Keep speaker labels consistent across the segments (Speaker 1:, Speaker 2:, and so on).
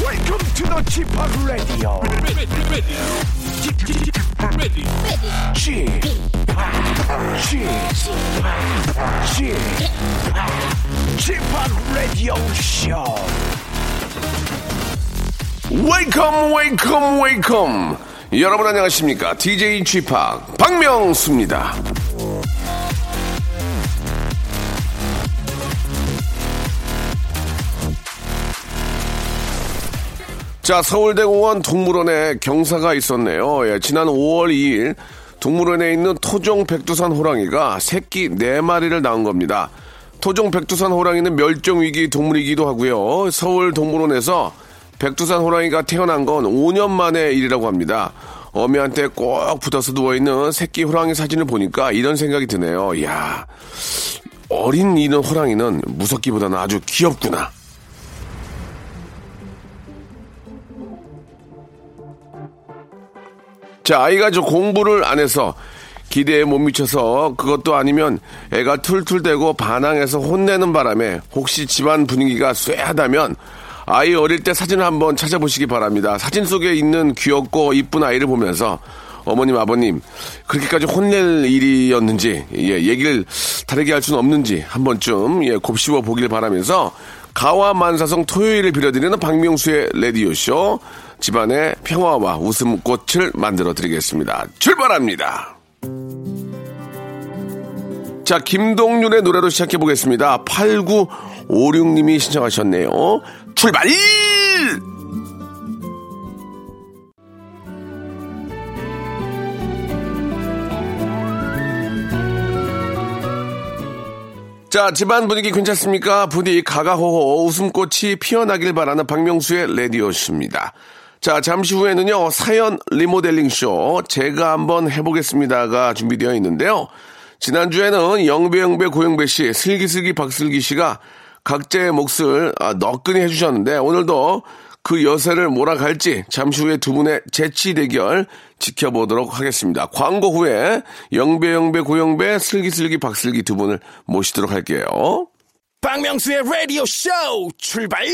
Speaker 1: Welcome to the g p o p Radio.
Speaker 2: ready, ready, ready,
Speaker 1: g p o p g p o p g p o p Radio Show.
Speaker 3: 웨이컴 웨이컴 웨이컴 여러분 안녕하십니까 DJ 쥐팍 박명수입니다 자 서울대공원 동물원에 경사가 있었네요 예, 지난 5월 2일 동물원에 있는 토종 백두산 호랑이가 새끼 4마리를 낳은 겁니다 토종 백두산 호랑이는 멸종위기 동물이기도 하고요 서울 동물원에서 백두산 호랑이가 태어난 건 5년 만의 일이라고 합니다. 어미한테 꼭 붙어서 누워있는 새끼 호랑이 사진을 보니까 이런 생각이 드네요. 이야, 어린 이는 호랑이는 무섭기보다는 아주 귀엽구나. 자, 아이가 저 공부를 안 해서 기대에 못 미쳐서 그것도 아니면 애가 툴툴대고 반항해서 혼내는 바람에 혹시 집안 분위기가 쇠하다면 아이 어릴 때 사진을 한번 찾아보시기 바랍니다. 사진 속에 있는 귀엽고 이쁜 아이를 보면서 어머님, 아버님, 그렇게까지 혼낼 일이었는지, 예, 얘기를 다르게 할 수는 없는지 한 번쯤, 예, 곱씹어 보길 바라면서 가와만사성 토요일을 빌어드리는 박명수의 레디오쇼 집안의 평화와 웃음꽃을 만들어 드리겠습니다. 출발합니다. 자, 김동률의 노래로 시작해 보겠습니다. 8956님이 신청하셨네요. 출발! 자, 집안 분위기 괜찮습니까? 부디 가가호호 웃음꽃이 피어나길 바라는 박명수의 레디오십니다. 자, 잠시 후에는요, 사연 리모델링쇼, 제가 한번 해보겠습니다가 준비되어 있는데요. 지난주에는 영배, 영배, 고영배 씨, 슬기슬기, 박슬기 씨가 각자의 몫을 아, 너끈히 해주셨는데, 오늘도 그 여세를 몰아갈지 잠시 후에 두 분의 재치 대결 지켜보도록 하겠습니다. 광고 후에 영배 영배 고영배 슬기슬기 박슬기 두 분을 모시도록 할게요.
Speaker 1: 박명수의 Radio Show 출발.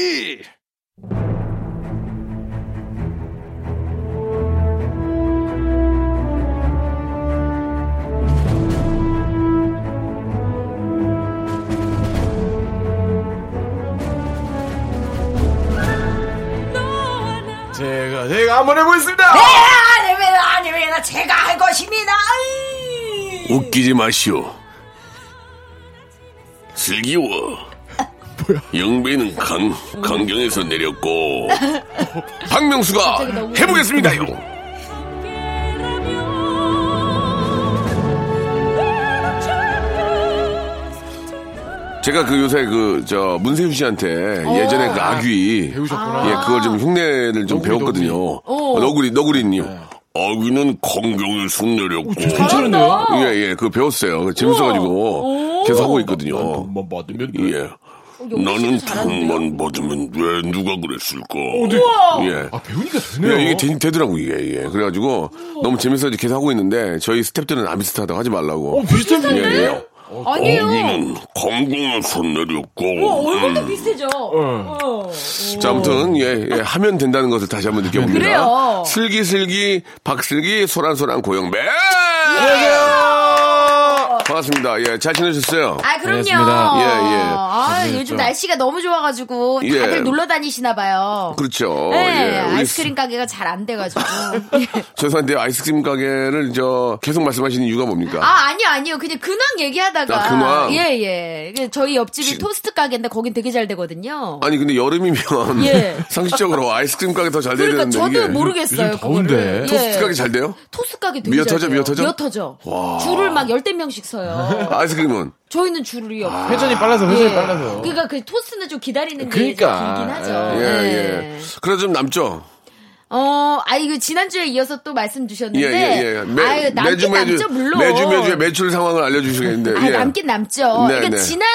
Speaker 3: 제가 제가 한번 해보겠습니다.
Speaker 4: 아닙니다, 아닙니다. 제가 할 것입니다. 아이.
Speaker 3: 웃기지 마시오. 슬기워. 영배는 강 강경에서 내렸고 박명수가 해보겠습니다요. 제가 그 요새 그 저 문세윤 씨한테 예전에 그 아귀 예 그걸 좀 흉내를 좀 배웠거든요. 어, 너구리 너구리님 아귀는 강경의 순 내렸고
Speaker 2: 네. 괜찮은데요?
Speaker 3: 예예 그거 배웠어요. 그거 재밌어가지고 계속 하고 있거든요.
Speaker 2: 돈만 받으면 돼.
Speaker 3: 예.
Speaker 4: 어,
Speaker 3: 나는 돈만 받으면 왜 누가 그랬을까? 예.
Speaker 2: 어, 아, 배우니까 되네요.
Speaker 3: 예, 이게 되, 되더라고 이게 예. 그래가지고 너무 재밌어서 계속 하고 있는데 저희 스탭들은 안 비슷하다고 하지 말라고.
Speaker 2: 어, 비슷한데?
Speaker 3: 예, 예.
Speaker 4: 어, 아니에요. 어,
Speaker 3: 아귀는 음. 강경의 순 내렸고.
Speaker 4: 얼굴도 비슷해져. 어.
Speaker 3: 자, 아무튼, 예, 예, 하면 된다는 것을 다시 한번 느껴봅니다.
Speaker 4: 그래요.
Speaker 3: 슬기슬기, 박슬기, 소란소란, 고영배!
Speaker 4: 예!
Speaker 3: 반갑습니다. 예, 잘 지내셨어요?
Speaker 4: 아, 그럼요.
Speaker 2: 알겠습니다.
Speaker 3: 예, 예.
Speaker 4: 아, 요즘 날씨가 너무 좋아가지고 다들
Speaker 3: 예.
Speaker 4: 놀러 다니시나봐요.
Speaker 3: 그렇죠. 예. 우리
Speaker 4: 아이스크림 가게가 잘 안 돼가지고. 예.
Speaker 3: 죄송한데 아이스크림 가게를 저 계속 말씀하시는 이유가 뭡니까?
Speaker 4: 아, 아니요, 아니요. 그냥 근황 얘기하다가.
Speaker 3: 아, 근황.
Speaker 4: 예, 예. 그 저희 옆집이
Speaker 3: 지- 아,
Speaker 4: 토스트 가게인데 거긴 되게 잘 되거든요.
Speaker 3: 니 근데 여름이면
Speaker 4: 예.
Speaker 3: 상식적으로 아이스크림 가게 더 잘 돼야
Speaker 4: 그러니까
Speaker 3: 되는데
Speaker 4: 저도
Speaker 3: 이게
Speaker 4: 모르겠어요.
Speaker 2: 요즘 더운데.
Speaker 4: 그거를. 예.
Speaker 3: 토스트 가게 잘 돼요?
Speaker 4: 토스 가게 되게
Speaker 3: 미어터져,
Speaker 4: 잘 돼요.
Speaker 3: 미어터져?
Speaker 4: 미어터져. 줄을 막 열댓 명씩 서요.
Speaker 3: 아이스크림은
Speaker 4: 저희는 줄이 없고.
Speaker 2: 회전이 빨라서, 회전이
Speaker 4: 예.
Speaker 2: 빨라서.
Speaker 4: 그러니까 그 토스는 좀 기다리는 게
Speaker 2: 그러니까.
Speaker 4: 좀 길긴 하죠.
Speaker 3: 예,
Speaker 4: 네.
Speaker 3: 예. 그래도 좀 남죠.
Speaker 4: 어, 아 이거 지난주에 이어서 또 말씀 주셨는데
Speaker 3: 예, 예, 예. 매,
Speaker 4: 아유,
Speaker 3: 매주
Speaker 4: 남긴 남죠 물론.
Speaker 3: 매주 매주의 매출 상황을 알려 주시겠는데.
Speaker 4: 아,
Speaker 3: 예.
Speaker 4: 남긴 남죠.
Speaker 3: 네,
Speaker 4: 그러니까
Speaker 3: 네.
Speaker 4: 지난달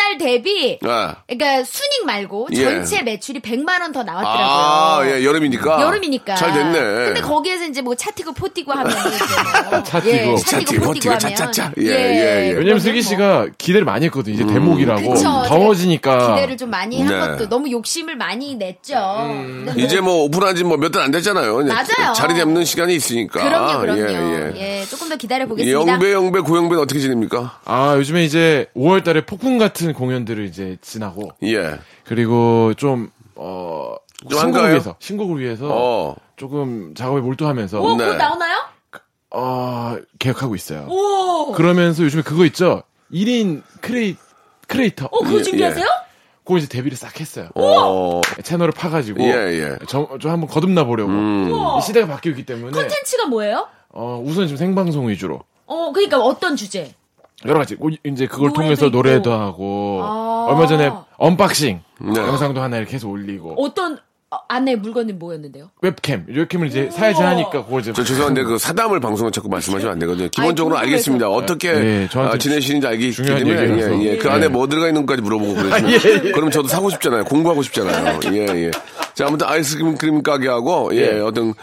Speaker 4: 지난달 대비
Speaker 3: 아.
Speaker 4: 그러니까 순익 말고
Speaker 3: 예.
Speaker 4: 전체 매출이 100만 원 더
Speaker 3: 아,
Speaker 4: 나왔더라고요.
Speaker 3: 예, 여름이니까.
Speaker 4: 여름이니까.
Speaker 3: 잘 됐네.
Speaker 4: 근데 거기에서 이제 뭐 차티고 포티고 하면 이제
Speaker 2: 차티고.
Speaker 4: 예,
Speaker 3: 차티고,
Speaker 4: 차티고
Speaker 3: 포티고,
Speaker 4: 포티고 하면
Speaker 3: 차차차. 예, 예, 예.
Speaker 2: 왜냐면
Speaker 4: 그러면
Speaker 2: 슬기
Speaker 4: 뭐
Speaker 2: 씨가 기대를 많이 했거든.
Speaker 3: 음.
Speaker 2: 이제 대목이라고 음,
Speaker 4: 그쵸. 제가
Speaker 2: 더워지니까.
Speaker 4: 기대를 좀 많이 한
Speaker 3: 네.
Speaker 4: 것도 너무 욕심을 많이 냈죠. 근데 뭐
Speaker 3: 이제 뭐 오픈한 지 뭐 몇 달 안 됐잖아요. 이제
Speaker 4: 맞아요.
Speaker 3: 자리 잡는 시간이 있으니까.
Speaker 4: 그럼요, 그럼요.
Speaker 3: 예,
Speaker 4: 예,
Speaker 3: 예.
Speaker 4: 조금 더 기다려 보겠습니다.
Speaker 3: 영배, 영배, 고영배는 어떻게 지냅니까?
Speaker 2: 아 요즘에 이제 5월달에 폭풍 같은 공연들을 이제 지나고
Speaker 3: 예.
Speaker 2: 그리고 좀 어.
Speaker 3: 좀
Speaker 2: 신곡을
Speaker 3: 한가해요?
Speaker 2: 위해서 신곡을 위해서
Speaker 3: 어.
Speaker 2: 조금 작업에 몰두하면서
Speaker 4: 오, 곧
Speaker 3: 네.
Speaker 4: 나오나요?
Speaker 2: 어, 계획하고 있어요.
Speaker 4: 오,
Speaker 2: 그러면서 요즘에 그거 있죠. 1인 크레이 크리에이터.
Speaker 4: 오, 어, 그거
Speaker 3: 예,
Speaker 4: 준비하세요?
Speaker 2: 그거 이제 데뷔를 싹 했어요.
Speaker 3: 어.
Speaker 2: 채널을 파가지고
Speaker 3: 예, 음. 예.
Speaker 2: 저, 저 한번 거듭나 보려고 이 시대가 바뀌었기 때문에
Speaker 4: 콘텐츠가 뭐예요?
Speaker 2: 어, 우선 지금 생방송 위주로
Speaker 4: 어, 그러니까 어떤 주제?
Speaker 2: 여러 가지 뭐, 이제 그걸
Speaker 4: 노래도
Speaker 2: 통해서
Speaker 4: 있고.
Speaker 2: 노래도 하고
Speaker 4: 아.
Speaker 2: 얼마 전에 언박싱
Speaker 3: 네.
Speaker 2: 영상도 하나 이렇게 해서 올리고
Speaker 4: 어떤 어, 안에 물건은 뭐였는데요?
Speaker 2: 웹캠 웹캠을 이제 사야지 하니까 그걸 이제
Speaker 3: 저 죄송한데 그 사담을 방송을 자꾸 말씀하시면 안 되거든요. 기본적으로
Speaker 4: 아이,
Speaker 3: 알겠습니다. 어떻게
Speaker 2: 예, 저한테
Speaker 3: 아, 지내시는지 알기
Speaker 2: 중요한
Speaker 3: 때문에
Speaker 2: 얘기라서. 아,
Speaker 3: 예, 예. 그
Speaker 2: 예.
Speaker 3: 안에 뭐 들어가 있는 것까지 물어보고 그러시면 그럼 저도 사고 싶잖아요. 공부하고 싶잖아요. 예, 예. 자, 아무튼 아이스크림 가게하고 예,
Speaker 2: 예.
Speaker 3: 어떤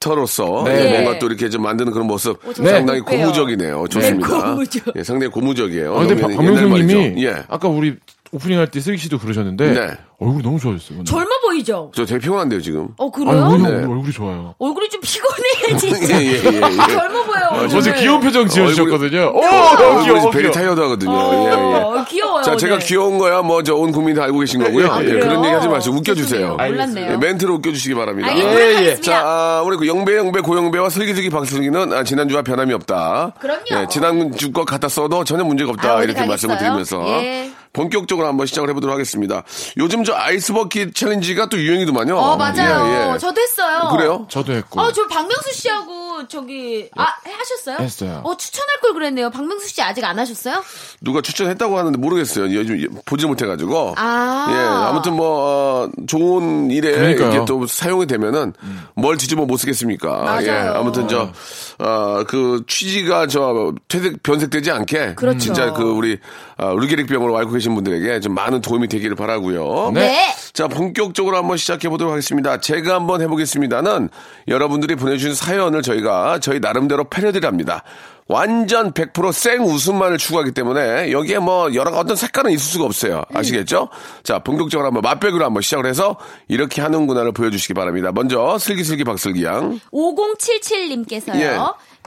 Speaker 3: 크리에이터로서
Speaker 2: 네.
Speaker 3: 예,
Speaker 4: 예.
Speaker 3: 뭔가 또 이렇게 좀 만드는 그런 모습
Speaker 4: 저
Speaker 2: 네.
Speaker 3: 상당히
Speaker 4: 못 빼요.
Speaker 3: 고무적이네요. 좋습니다.
Speaker 4: 고무적.
Speaker 3: 예, 상당히 고무적이에요.
Speaker 2: 아, 근데
Speaker 3: 너무
Speaker 2: 박-
Speaker 3: 네, 옛날
Speaker 2: 박명수님이
Speaker 3: 말이죠. 예.
Speaker 2: 아까 우리 오프닝 할 때 슬기 씨도 그러셨는데
Speaker 3: 네.
Speaker 2: 얼굴이 너무 좋아졌어요. 근데.
Speaker 4: 젊어 보이죠?
Speaker 3: 저 되게 피곤한데요, 지금.
Speaker 4: 어,
Speaker 2: 아니
Speaker 4: 그래요?
Speaker 2: 오히려
Speaker 3: 네.
Speaker 2: 얼굴- 얼굴이 좋아요.
Speaker 4: 얼굴이 좀 피곤해, 진짜.
Speaker 3: 예, 예, 예, 예.
Speaker 4: 젊어 보여. 오늘.
Speaker 2: 어제 아, 귀여운 표정 지어주셨거든요. 오,
Speaker 3: 얼굴이
Speaker 2: 귀여워,
Speaker 3: 베리
Speaker 2: 귀여워.
Speaker 3: 타이어드 하거든요. 예, 예.
Speaker 4: 어, 네. 귀여워요.
Speaker 3: 자, 제가
Speaker 4: 오늘.
Speaker 3: 귀여운 거야, 뭐, 저 온 국민이 다 알고 계신 거고요.
Speaker 2: 아,
Speaker 3: 예, 그런
Speaker 4: 그래요?
Speaker 3: 얘기 하지 마시고, 웃겨주세요.
Speaker 4: 어, 죄송해요.
Speaker 2: 알겠습니다.
Speaker 4: 몰랐네요.
Speaker 3: 예, 멘트로 웃겨주시기 바랍니다.
Speaker 4: 알겠습니다.
Speaker 2: 예, 예.
Speaker 4: 하겠습니다.
Speaker 3: 자, 아, 우리 그 영배, 영배, 고영배와 슬기슬기 방슬기는 아, 지난주와 변함이 없다.
Speaker 4: 그럼요.
Speaker 3: 예, 지난주 거 갖다 써도 전혀 문제가 없다.
Speaker 4: 아, 어디
Speaker 3: 이렇게 말씀을
Speaker 4: 가겠어요?
Speaker 3: 드리면서.
Speaker 4: 예.
Speaker 3: 본격적으로 한번 시작을 해보도록 하겠습니다. 요즘 저 아이스버킷 챌린지가 또 유행이더만요.
Speaker 4: 어, 맞아요.
Speaker 3: 예, 예.
Speaker 4: 저도 했어요.
Speaker 3: 그래요?
Speaker 2: 저도 했고.
Speaker 4: 어, 저 박명수 씨하고 저기 아 하셨어요?
Speaker 2: 했어요.
Speaker 4: 어 추천할 걸 그랬네요. 박명수 씨 아직 안 하셨어요?
Speaker 3: 누가 추천했다고 하는데 모르겠어요. 요즘 보지 못해가지고.
Speaker 4: 아.
Speaker 3: 예, 아무튼 뭐, 어, 좋은 일에
Speaker 2: 그러니까요.
Speaker 3: 이게 또 사용이 되면은 뭘 뒤집어 못 쓰겠습니까.
Speaker 4: 맞아요.
Speaker 3: 예, 아무튼 저, 어, 그 취지가 저 퇴색, 변색되지 않게.
Speaker 4: 그렇죠.
Speaker 3: 진짜 그 우리, 어, 루게릭 병으로 앓고 계신 분들에게 좀 많은 도움이 되기를 바라고요
Speaker 2: 네.
Speaker 3: 자, 본격적으로 한번 시작해 보도록 하겠습니다. 제가 한번 해보겠습니다는 여러분들이 보내주신 사연을 저희가 저희 나름대로 패러디랍니다. 완전 100%생 웃음만을 추구하기 때문에 여기에 뭐 여러 어떤 색깔은 있을 수가 없어요. 아시겠죠? 자, 본격적으로 한번 맛배기로 한번 시작을 해서 이렇게 하는구나를 보여주시기 바랍니다. 먼저 슬기슬기 박슬기 양.
Speaker 4: 5077님께서요.
Speaker 3: 예.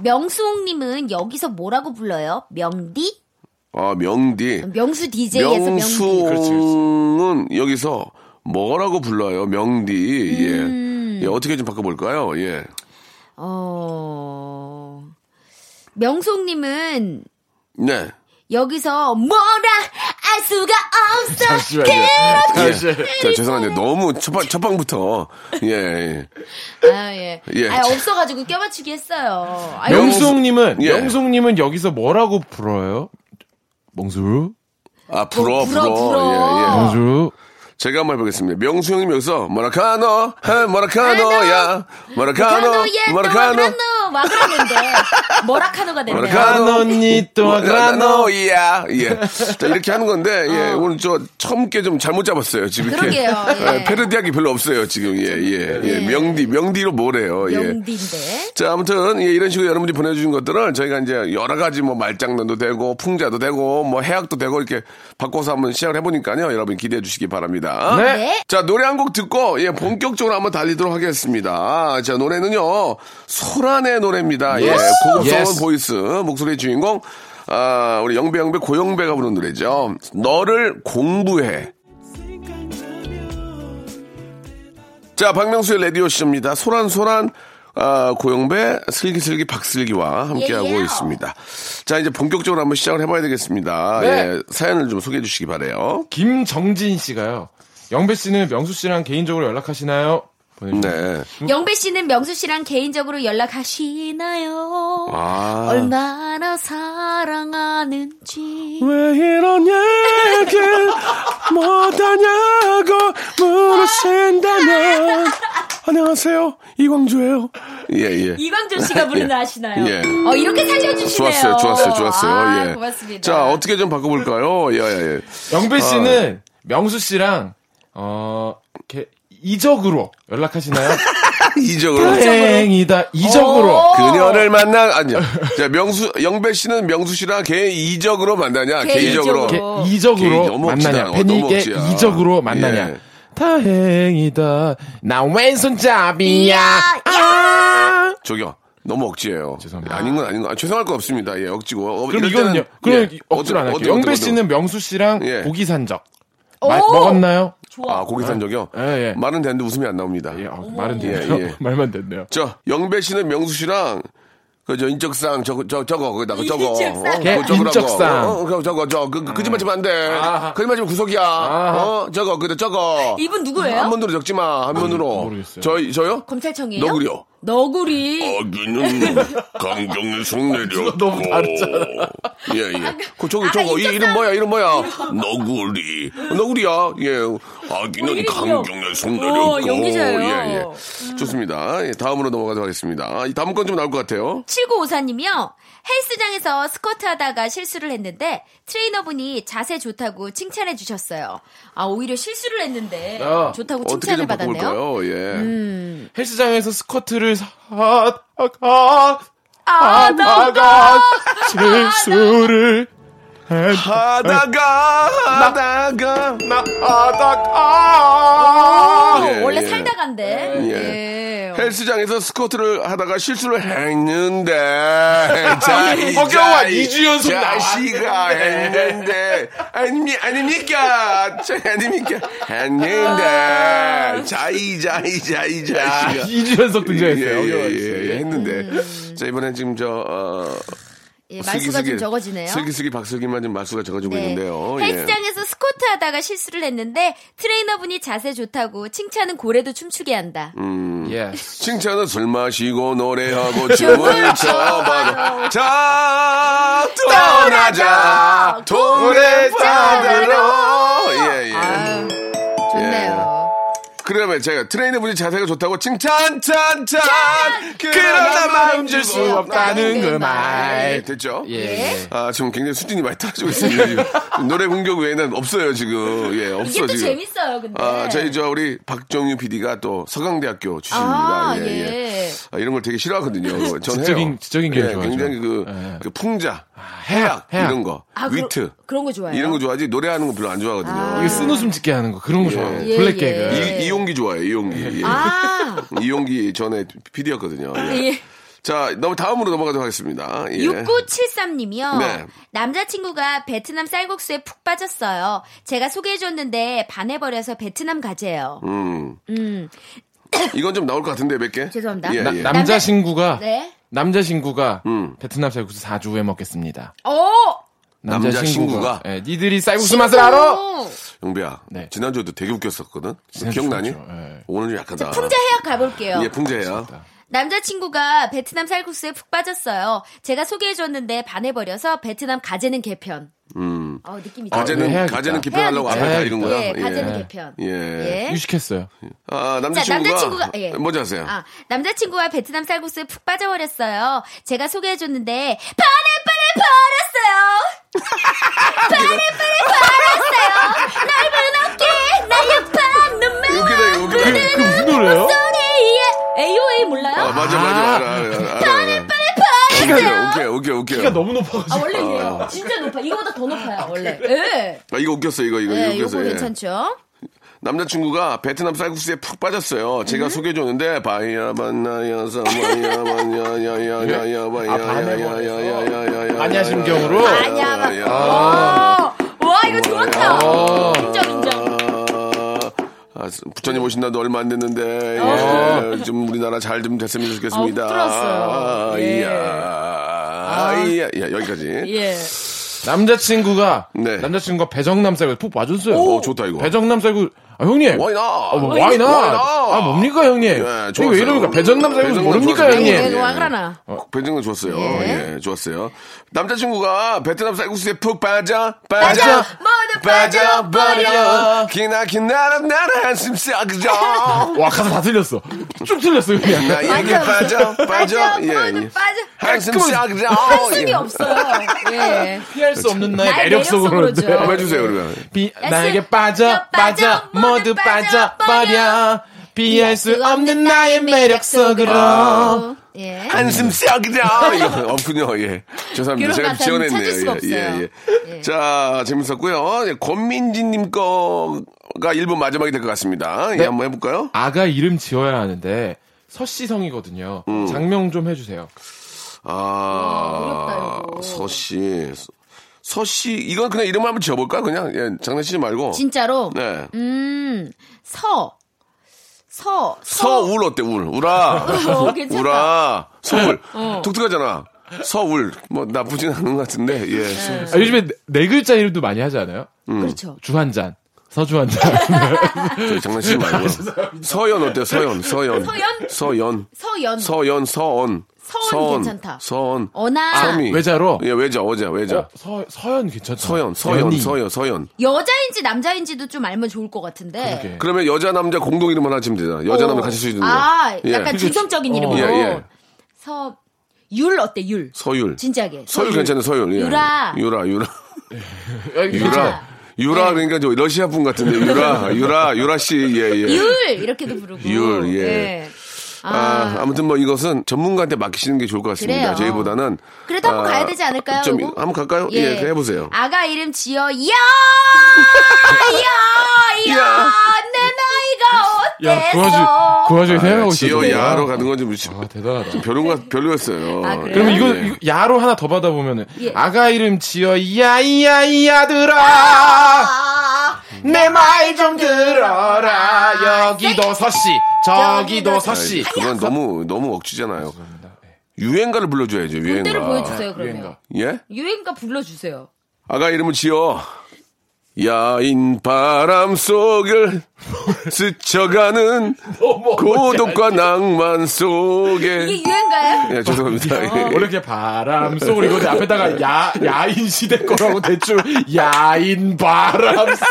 Speaker 4: 명수홍님은 여기서 뭐라고 불러요? 명디?
Speaker 3: 아, 명디.
Speaker 4: 명수 DJ에서 명수.
Speaker 3: 명수는 여기서 뭐라고 불러요? 명디. 예.
Speaker 4: 음.
Speaker 3: 예, 어떻게 좀 바꿔볼까요? 예.
Speaker 4: 어 명수홍님은
Speaker 3: 네.
Speaker 4: 여기서 뭐라 알 수가 없어.
Speaker 2: 잠시만요.
Speaker 3: 예.
Speaker 2: 잠시만요.
Speaker 3: 자, 죄송한데 너무 첫방 첫방부터 예. 예.
Speaker 4: 아 예.
Speaker 3: 예.
Speaker 4: 아 없어가지고 껴맞추기 했어요. 아,
Speaker 2: 명수님은
Speaker 3: 예.
Speaker 2: 명수님은 여기서 뭐라고 불어요? 멍수,
Speaker 3: 아 불어
Speaker 4: 어, 불어,
Speaker 3: 불어.
Speaker 4: 불어.
Speaker 3: 예, 예.
Speaker 2: 멍수.
Speaker 3: 제가 한번 해보겠습니다. 명수 형님 여기서 마라카노, 하, 마라카노야, 마라카노,
Speaker 4: 카노예
Speaker 3: 마라카노,
Speaker 4: 또와그라노 와 그랬는데 뭐라카노가 됐네요.
Speaker 3: 아.
Speaker 2: 가노니 또
Speaker 3: 뭐,
Speaker 2: 가노.
Speaker 3: 마라카노야. 아, 예. 자 이렇게 하는 건데 예 오늘 저 처음 게 좀 잘못 잡았어요 지금 이렇게
Speaker 4: 그러게요, 예.
Speaker 3: 예, 패러디하기 별로 없어요 지금 예예예
Speaker 4: 예.
Speaker 3: 명디 명디로 뭐래요 예.
Speaker 4: 명디인데.
Speaker 3: 자, 아무튼 예, 이런 식으로 여러분들이 보내주신 것들을 저희가 이제 여러 가지 뭐 말장난도 되고 풍자도 되고 뭐 해악도 되고 이렇게 바꿔서 한번 시작을 해보니까요. 여러분 기대해 주시기 바랍니다.
Speaker 2: 네.
Speaker 4: 네.
Speaker 3: 자, 노래 한 곡 듣고 예, 본격적으로 한번 달리도록 하겠습니다. 자, 노래는요. 소란의 노래입니다. 예,
Speaker 2: Yes.
Speaker 3: 고급스러운
Speaker 2: Yes.
Speaker 3: 보이스 목소리의 주인공 아, 우리 영배 영배 고영배가 부른 노래죠. 너를 공부해. 자, 박명수의 라디오 쇼입니다. 소란소란, 아, 고영배, 슬기슬기 박슬기와 함께하고
Speaker 4: 예, 예.
Speaker 3: 있습니다. 자, 이제 본격적으로 한번 시작을 해봐야 되겠습니다.
Speaker 2: 네.
Speaker 3: 예, 사연을 좀 소개해 주시기 바래요.
Speaker 2: 김정진 씨가요. 영배 씨는 명수 씨랑 개인적으로 연락하시나요? 보내주세요.
Speaker 3: 네.
Speaker 4: 영배 씨는 명수 씨랑 개인적으로 연락하시나요?
Speaker 3: 아.
Speaker 4: 얼마나 사랑하는지.
Speaker 2: 왜 이런 얘기 못하냐고 물으신다면
Speaker 3: 안녕하세요. 이광조예요. 예, 예.
Speaker 4: 이광준 씨가 부르는
Speaker 3: 예.
Speaker 4: 아시나요?
Speaker 3: 예.
Speaker 4: 어, 이렇게 살려주시네요.
Speaker 3: 좋았어요, 좋았어요, 좋았어요.
Speaker 4: 아,
Speaker 3: 예.
Speaker 4: 고맙습니다.
Speaker 3: 자, 어떻게 좀 바꿔볼까요? 예, 예, 예.
Speaker 2: 영배
Speaker 3: 네.
Speaker 2: 씨는 명수 씨랑 어 이렇게 이적으로 연락하시나요?
Speaker 3: 이적으로.
Speaker 4: 네.
Speaker 2: 다행이다 이적으로.
Speaker 4: 오.
Speaker 3: 어.
Speaker 4: 어.
Speaker 3: 그녀를 만나, 아니요. 자, 명수, 영배 씨는 명수 씨랑 걔 이적으로 만나냐? 개인적으로.
Speaker 4: 개인적으로.
Speaker 2: 이렇게
Speaker 4: 오.
Speaker 3: 개인
Speaker 2: 이적으로
Speaker 3: 너무 억지다.
Speaker 2: 만나냐?
Speaker 3: 어, 너무
Speaker 2: 팬에게
Speaker 3: 억지야.
Speaker 2: 이적으로 만나냐?
Speaker 3: 예.
Speaker 2: 다행이다. 나 왼손잡이야.
Speaker 4: 이야,
Speaker 2: 아.
Speaker 3: 저기요. 너무 억지예요.
Speaker 2: 죄송합니다.
Speaker 3: 아닌 건 아닌 건. 아, 죄송할 거 없습니다. 예, 억지고. 어,
Speaker 2: 그럼
Speaker 3: 이럴
Speaker 2: 이거는요.
Speaker 3: 때는-
Speaker 2: 그럼
Speaker 3: 예.
Speaker 2: 억지로 안
Speaker 3: 어떡-
Speaker 2: 할게요.
Speaker 3: 어떡-
Speaker 2: 영배
Speaker 3: 어떡-
Speaker 2: 씨는 명수 씨랑
Speaker 3: 예.
Speaker 2: 고기 산적
Speaker 4: 오!
Speaker 2: 마- 어? 먹었나요?
Speaker 4: 좋아.
Speaker 3: 아, 고기 산 적이요?
Speaker 2: 예, 예.
Speaker 3: 말은 되는데 웃음이 안 나옵니다.
Speaker 2: 예, 어, 말은
Speaker 3: 예,
Speaker 2: 됐네요.
Speaker 3: 예.
Speaker 2: 말만 됐네요.
Speaker 3: 저, 영배 씨는 명수 씨랑 그저 인적상 저거 저 저거 거기다 그 저거
Speaker 4: 인적상.
Speaker 3: 어,
Speaker 2: 걔
Speaker 3: 그거 저거라고.
Speaker 2: 인적상.
Speaker 3: 어, 어, 그거 저거 저그 거짓말 치면 안돼
Speaker 2: 아하.
Speaker 3: 거짓말 치면 구속이야 어 저거 그다 저거
Speaker 4: 이분 누구예요?
Speaker 3: 한 번으로 적지 마한 번으로
Speaker 2: 모르겠어요.
Speaker 3: 저 저요
Speaker 4: 검찰청이에요?
Speaker 3: 너구리요 어.
Speaker 4: 너구리.
Speaker 3: 아기는 강경에 속내렸고
Speaker 2: 너무 다르잖아.
Speaker 3: 예예 그
Speaker 4: 아,
Speaker 3: 저기 저거 이
Speaker 4: 인적상.
Speaker 3: 이름 뭐야 이름 뭐야 너구리 너구리야 예 아기는
Speaker 4: 어, 이름이요?
Speaker 3: 강경에
Speaker 4: 오,
Speaker 3: 속내렸고
Speaker 4: 연기자예요. 음.
Speaker 3: 예예 좋습니다 예, 다음으로 넘어가도록 하겠습니다 아, 이 다음 건 좀 나올 것 같아요
Speaker 4: 7954님이요. 헬스장에서 스쿼트 하다가 실수를 했는데 트레이너분이 자세 좋다고 칭찬해 주셨어요. 아 오히려 실수를 했는데
Speaker 2: 야,
Speaker 4: 좋다고
Speaker 3: 어떻게
Speaker 4: 칭찬을
Speaker 3: 좀
Speaker 4: 받았네요.
Speaker 3: 바꿔볼까요?
Speaker 4: 음.
Speaker 3: 예.
Speaker 2: 헬스장에서 스쿼트를 사다가
Speaker 4: 아, 나
Speaker 2: 하다가 실수를
Speaker 3: 하다가 하다가
Speaker 2: 나하다가
Speaker 3: 예,
Speaker 4: 어, 원래
Speaker 3: 예.
Speaker 4: 살다간데. 예.
Speaker 3: 어. 헬스장에서 스쿼트를 하다가 실수를 했는데 자, 이
Speaker 2: 아, 어깨와
Speaker 3: 자, 이
Speaker 2: 이주 연속
Speaker 3: 자식아 했는데 아니 아닙니까 자, 아닙니까 했는데 자이자이자이 자식아
Speaker 2: 2주 연속 등장했어요. 음.
Speaker 3: 예, 예, 예, 예, 했는데 자 이번엔 지금 저 어,
Speaker 4: 예, 말수가 좀 적어지네요.
Speaker 3: 슬기슬기 박슬기만 좀 말수가 적어지고
Speaker 4: 네.
Speaker 3: 있는데요. 예.
Speaker 4: 헬스장에서 스쿼트 하다가 실수를 했는데 트레이너분이 자세 좋다고 칭찬은 고래도 춤추게 한다.
Speaker 3: 음,
Speaker 2: Yes.
Speaker 3: 칭찬은 술 마시고 노래하고 춤을 춰봐도 자 떠나자 돈을 받으러 예예
Speaker 4: 아유,
Speaker 3: 예.
Speaker 4: 좋네요.
Speaker 3: 그러면 제가 트레이너분이 자세가 좋다고 칭찬 짠짠 그러나 마음 줄 수 없다는
Speaker 4: 그
Speaker 3: 말
Speaker 2: 말.
Speaker 3: 됐죠
Speaker 2: 예. 예.
Speaker 3: 아 지금 굉장히 수준이 많이 떨어지고 있습니다 지금. 노래 공격 외에는 없어요 지금 예
Speaker 4: 이게
Speaker 3: 없어
Speaker 4: 또
Speaker 3: 지금
Speaker 4: 재밌어요, 근데.
Speaker 3: 아, 저희 저 우리 박정유 PD가 또 서강대학교 출신입니다.
Speaker 4: 아,
Speaker 3: 예, 예.
Speaker 4: 예.
Speaker 3: 아, 이런 걸 되게 싫어하거든요. 전
Speaker 2: 지적인-
Speaker 3: 해요.
Speaker 2: 지적인 게
Speaker 3: 예,
Speaker 2: 좋아하죠.
Speaker 3: 굉장히 그,
Speaker 2: 예.
Speaker 3: 그 풍자,
Speaker 2: 해악,
Speaker 3: 해악,
Speaker 2: 해악.
Speaker 3: 이런 거,
Speaker 4: 아, 그러-
Speaker 3: 위트
Speaker 4: 그런 거 좋아해요.
Speaker 3: 이런 거 좋아하지 노래하는 거 별로 안 좋아하거든요.
Speaker 2: 이게 쓴웃음 짓게 하는 거 그런 거 좋아해요.
Speaker 4: 예,
Speaker 2: 블랙
Speaker 4: 예.
Speaker 2: 개그.
Speaker 4: 예.
Speaker 3: 이, 이용기 좋아해요. 이용기. 예.
Speaker 4: 아,
Speaker 3: 이용기 전에 PD였거든요.
Speaker 4: 예.
Speaker 3: 자, 넘 다음으로 넘어가도록 하겠습니다. 예.
Speaker 4: 6973님이요.
Speaker 3: 네.
Speaker 4: 남자친구가 베트남 쌀국수에 푹 빠졌어요. 제가 소개해줬는데 반해버려서 베트남 가재요.
Speaker 3: 음,
Speaker 4: 음,
Speaker 3: 이건 좀 나올 것 같은데 몇 개?
Speaker 4: 죄송합니다.
Speaker 3: 예,
Speaker 2: 나-
Speaker 3: 예.
Speaker 2: 남자 친구가
Speaker 4: 네.
Speaker 2: 남자 친구가
Speaker 3: 음.
Speaker 2: 베트남 쌀국수 4주 후에 먹겠습니다.
Speaker 4: 어!
Speaker 2: 남자,
Speaker 3: 남자친구가?
Speaker 2: 친구가 예, 니들이 쌀국수 맛을 알아?
Speaker 3: 영배야,
Speaker 2: 네.
Speaker 3: 지난주에도 되게 웃겼었거든.
Speaker 2: 지난주
Speaker 3: 기억나니?
Speaker 2: 웃겼죠. 예.
Speaker 3: 오늘 좀 약하다.
Speaker 4: 풍자 해약 가볼게요.
Speaker 3: 아. 예, 풍자야.
Speaker 4: 남자친구가 베트남 쌀국수에 푹 빠졌어요. 제가 소개해줬는데 반해버려서 베트남 가재는 개편.
Speaker 3: 음.
Speaker 4: 어, 느낌이 좋아요.
Speaker 2: 네,
Speaker 3: 가재는
Speaker 2: 해야겠다.
Speaker 3: 가재는 개편하려고
Speaker 4: 해야겠다.
Speaker 3: 앞에 다 이런 거야.
Speaker 4: 예, 가재는 개편.
Speaker 3: 예.
Speaker 4: 예.
Speaker 2: 유식했어요.
Speaker 3: 아,
Speaker 4: 자,
Speaker 3: 남자친구가,
Speaker 4: 남자친구가- 예.
Speaker 3: 뭔지 아세요?
Speaker 4: 아, 남자친구와 베트남 쌀국수에 푹 빠져버렸어요. 제가 소개해줬는데, 반에 반에 버렸어요! 반에 반에 버렸어요! 넓은 어깨, 날렵한 눈매,
Speaker 3: 웃기다, 이거 웃기다.
Speaker 2: 그 무슨
Speaker 3: 어?
Speaker 2: 노래요?
Speaker 4: 소리에, AOA 몰라요?
Speaker 3: 아, 맞아, 맞아, 알아, 알아, 알아, 알아.
Speaker 4: 반에 버렸어요!
Speaker 3: 웃겨, 웃겨, 웃겨.
Speaker 2: 키가 너무 높아가지고.
Speaker 4: 아, 원래 이래요. 진짜 높아. 이거보다 더 높아요, 원래. 예.
Speaker 3: 아, 이거 웃겼어, 이거, 이거,
Speaker 4: 예,
Speaker 3: 이거
Speaker 4: 이거
Speaker 3: 웃겼어. 예.
Speaker 4: 괜찮죠?
Speaker 3: 남자친구가 베트남 쌀국수에 푹 빠졌어요. 제가 소개해줬는데, 바이야, 반나야서, 바이야, 반야야야야야, 바이야,
Speaker 2: 아, 반에
Speaker 3: 야야야야야야야.
Speaker 2: 아냐 심경으로?
Speaker 4: 아니야, 막. 오! 와, 이거 좋다.
Speaker 2: 어.
Speaker 4: 인정, 인정.
Speaker 3: 아, 부처님 오신 날도 얼마 안 됐는데
Speaker 2: 어?
Speaker 3: 예, 좀 우리나라 잘 좀 됐으면 좋겠습니다.
Speaker 2: 예.
Speaker 4: 아, 부끄러웠어요. 예.
Speaker 3: 이야, 이야, 야, 여기까지.
Speaker 4: 예.
Speaker 2: 남자친구가
Speaker 3: 네.
Speaker 2: 남자친구가 배정남 쌀국수 푹 봐줬어요.
Speaker 3: 오, 좋다, 이거.
Speaker 2: 배정남 쌀국수 아, 형님.
Speaker 3: Why not?
Speaker 2: 와이나.
Speaker 3: Why not?
Speaker 2: 아 뭡니까 형님?
Speaker 3: 예,
Speaker 2: 이거 왜 이러니까
Speaker 3: 좋았어요.
Speaker 2: 배정남 쌀국수
Speaker 3: 배정남
Speaker 2: 모릅니까
Speaker 3: 좋았어요.
Speaker 4: 아니,
Speaker 2: 형님?
Speaker 3: 예.
Speaker 4: 왜 와그라나?
Speaker 3: 배정은 좋았어요.
Speaker 4: 예.
Speaker 3: 예. 좋았어요. 남자친구가 베트남 쌀국수에 푹 빠져, 빠져,
Speaker 4: 모두
Speaker 2: 빠져버려.
Speaker 3: 기나긴 나라, 나라 한숨 싹져.
Speaker 2: 와 가사 다 틀렸어. 쭉 틀렸어요 그냥.
Speaker 3: 나 이렇게 빠져, 빠져,
Speaker 4: 빠져,
Speaker 3: 예.
Speaker 4: 모두 빠져.
Speaker 2: 아,
Speaker 4: 그
Speaker 3: 한숨 싹져.
Speaker 4: 한숨이
Speaker 3: 예.
Speaker 4: 없어요. 예.
Speaker 2: 피할 수 없는 나의
Speaker 4: 나의
Speaker 2: 매력 속으로.
Speaker 4: 매력적으로죠.
Speaker 3: 한번 해주세요, 그러면.
Speaker 2: 비,
Speaker 4: 야,
Speaker 2: 나에게
Speaker 4: 수-
Speaker 2: 빠져
Speaker 4: 저
Speaker 2: 빠져 모두 빠져 버려 비할 수 없는 나의 매력 속으로
Speaker 4: 예.
Speaker 3: 한숨 싹이다. 이거 없군요. 예. 죄송합니다.
Speaker 4: 이런
Speaker 3: 제가
Speaker 4: 가사는
Speaker 3: 지원했네요.
Speaker 4: 찾을 수가
Speaker 3: 예, 예,
Speaker 4: 없어요.
Speaker 3: 예. 자, 재밌었고요. 예, 권민지님 거가 1분 마지막이 될 것 같습니다.
Speaker 4: 네.
Speaker 3: 예, 한번 해볼까요?
Speaker 2: 아가 이름 지어야 하는데 서씨성이거든요
Speaker 3: 음.
Speaker 2: 장명 좀 해주세요
Speaker 3: 아,
Speaker 4: 어렵다, 이거.
Speaker 3: 서씨. 서씨, 이건 그냥 이름만 한번 지어볼까? 그냥, 예, 장난치지 말고.
Speaker 4: 진짜로.
Speaker 3: 네.
Speaker 4: 음, 서. 서.
Speaker 3: 서울 어때, 울. 우라.
Speaker 4: 어, 괜찮다. 어.
Speaker 3: 우라. 서울. 독특하잖아. 서울. 뭐, 나쁘진 않은 것 같은데, 예.
Speaker 2: 아, 요즘에 네, 네 글자 이름도 많이 하지 않아요?
Speaker 3: 음.
Speaker 4: 그렇죠.
Speaker 2: 주한잔 서주한잔
Speaker 3: 저그
Speaker 2: 아,
Speaker 3: 장난치지 말고. 서연 어때요? 서연, 서연.
Speaker 4: 서연?
Speaker 3: 서연.
Speaker 4: 서연.
Speaker 3: 서연, 서언.
Speaker 4: 서언 괜찮다.
Speaker 3: 서언.
Speaker 4: 어나. 아.
Speaker 3: 서미.
Speaker 2: 아, 외자로?
Speaker 3: 예, 외자, 어자, 외자.
Speaker 2: 어, 네. 서, 서연 괜찮다
Speaker 3: 서연, 서연,
Speaker 2: 연이.
Speaker 3: 서연, 서연.
Speaker 4: 여자인지 남자인지도 좀 알면 좋을 것 같은데.
Speaker 2: 그러게.
Speaker 3: 그러면 여자, 남자 공동 이름만 하시면 되잖아. 여자,
Speaker 4: 어.
Speaker 3: 남자 같이 쓰시는 거.
Speaker 4: 아, 약간
Speaker 3: 예.
Speaker 4: 중성적인 이름으로.
Speaker 3: 예, 예.
Speaker 4: 서, 율 어때, 율?
Speaker 3: 서율.
Speaker 4: 진지하게.
Speaker 3: 서율 괜찮은 서율. 예.
Speaker 4: 유라.
Speaker 3: 유라, 유라.
Speaker 2: 야, 이거 괜찮아.
Speaker 3: 유라.
Speaker 4: 네.
Speaker 3: 유라, 그러니까 저 러시아 분 같은데. 유라, 유라, 유라 씨, 예, 예.
Speaker 4: 율! 이렇게도 부르고.
Speaker 3: 율, 예. 아,
Speaker 4: 아,
Speaker 3: 아무튼 뭐 이것은 전문가한테 맡기시는 게 좋을 것 같습니다.
Speaker 4: 그래요.
Speaker 3: 저희보다는.
Speaker 4: 그래도 한번
Speaker 3: 아,
Speaker 4: 가야 되지 않을까요?
Speaker 3: 좀,
Speaker 4: 요거?
Speaker 3: 한번 갈까요? 예, 그래 해보세요.
Speaker 4: 아가 이름 지어, 야! 야! 야!
Speaker 3: 야!
Speaker 4: 내 나이가
Speaker 2: 야 그거 아주
Speaker 4: 어때서?
Speaker 2: 그거 아주 네, 생각하고 있어
Speaker 3: 예. 지오야로 가는 건 좀 미치.
Speaker 2: 아 대단하다
Speaker 3: 별로가 별로였어요.
Speaker 4: 아, 그래요?
Speaker 2: 그러면 이거,
Speaker 3: 예.
Speaker 2: 이거 야로 하나 더 받아보면은
Speaker 4: 예.
Speaker 2: 아가 이름 지어 야이야이야들아
Speaker 4: 아,
Speaker 2: 내 말 좀 들어라 여기도 서씨 저기도
Speaker 4: 저기도
Speaker 2: 서씨
Speaker 3: 아이, 그건 너무 너무 억지잖아요.
Speaker 2: 네.
Speaker 3: 유행가를 불러줘야죠.
Speaker 4: 그대로
Speaker 3: 유행가.
Speaker 4: 보여주세요, 그러면.
Speaker 2: 유행가.
Speaker 3: 예?
Speaker 4: 유행가 불러주세요.
Speaker 3: 아가 이름을 지어. 야인 바람 속을 스쳐가는 고독과 낭만 속에.
Speaker 4: 이게 유행가예요?
Speaker 3: 예, 죄송합니다. 예.
Speaker 2: 원래 이렇게 바람 속으로 이거 앞에다가 야 야인 시대 거라고 대충 야인 바람 속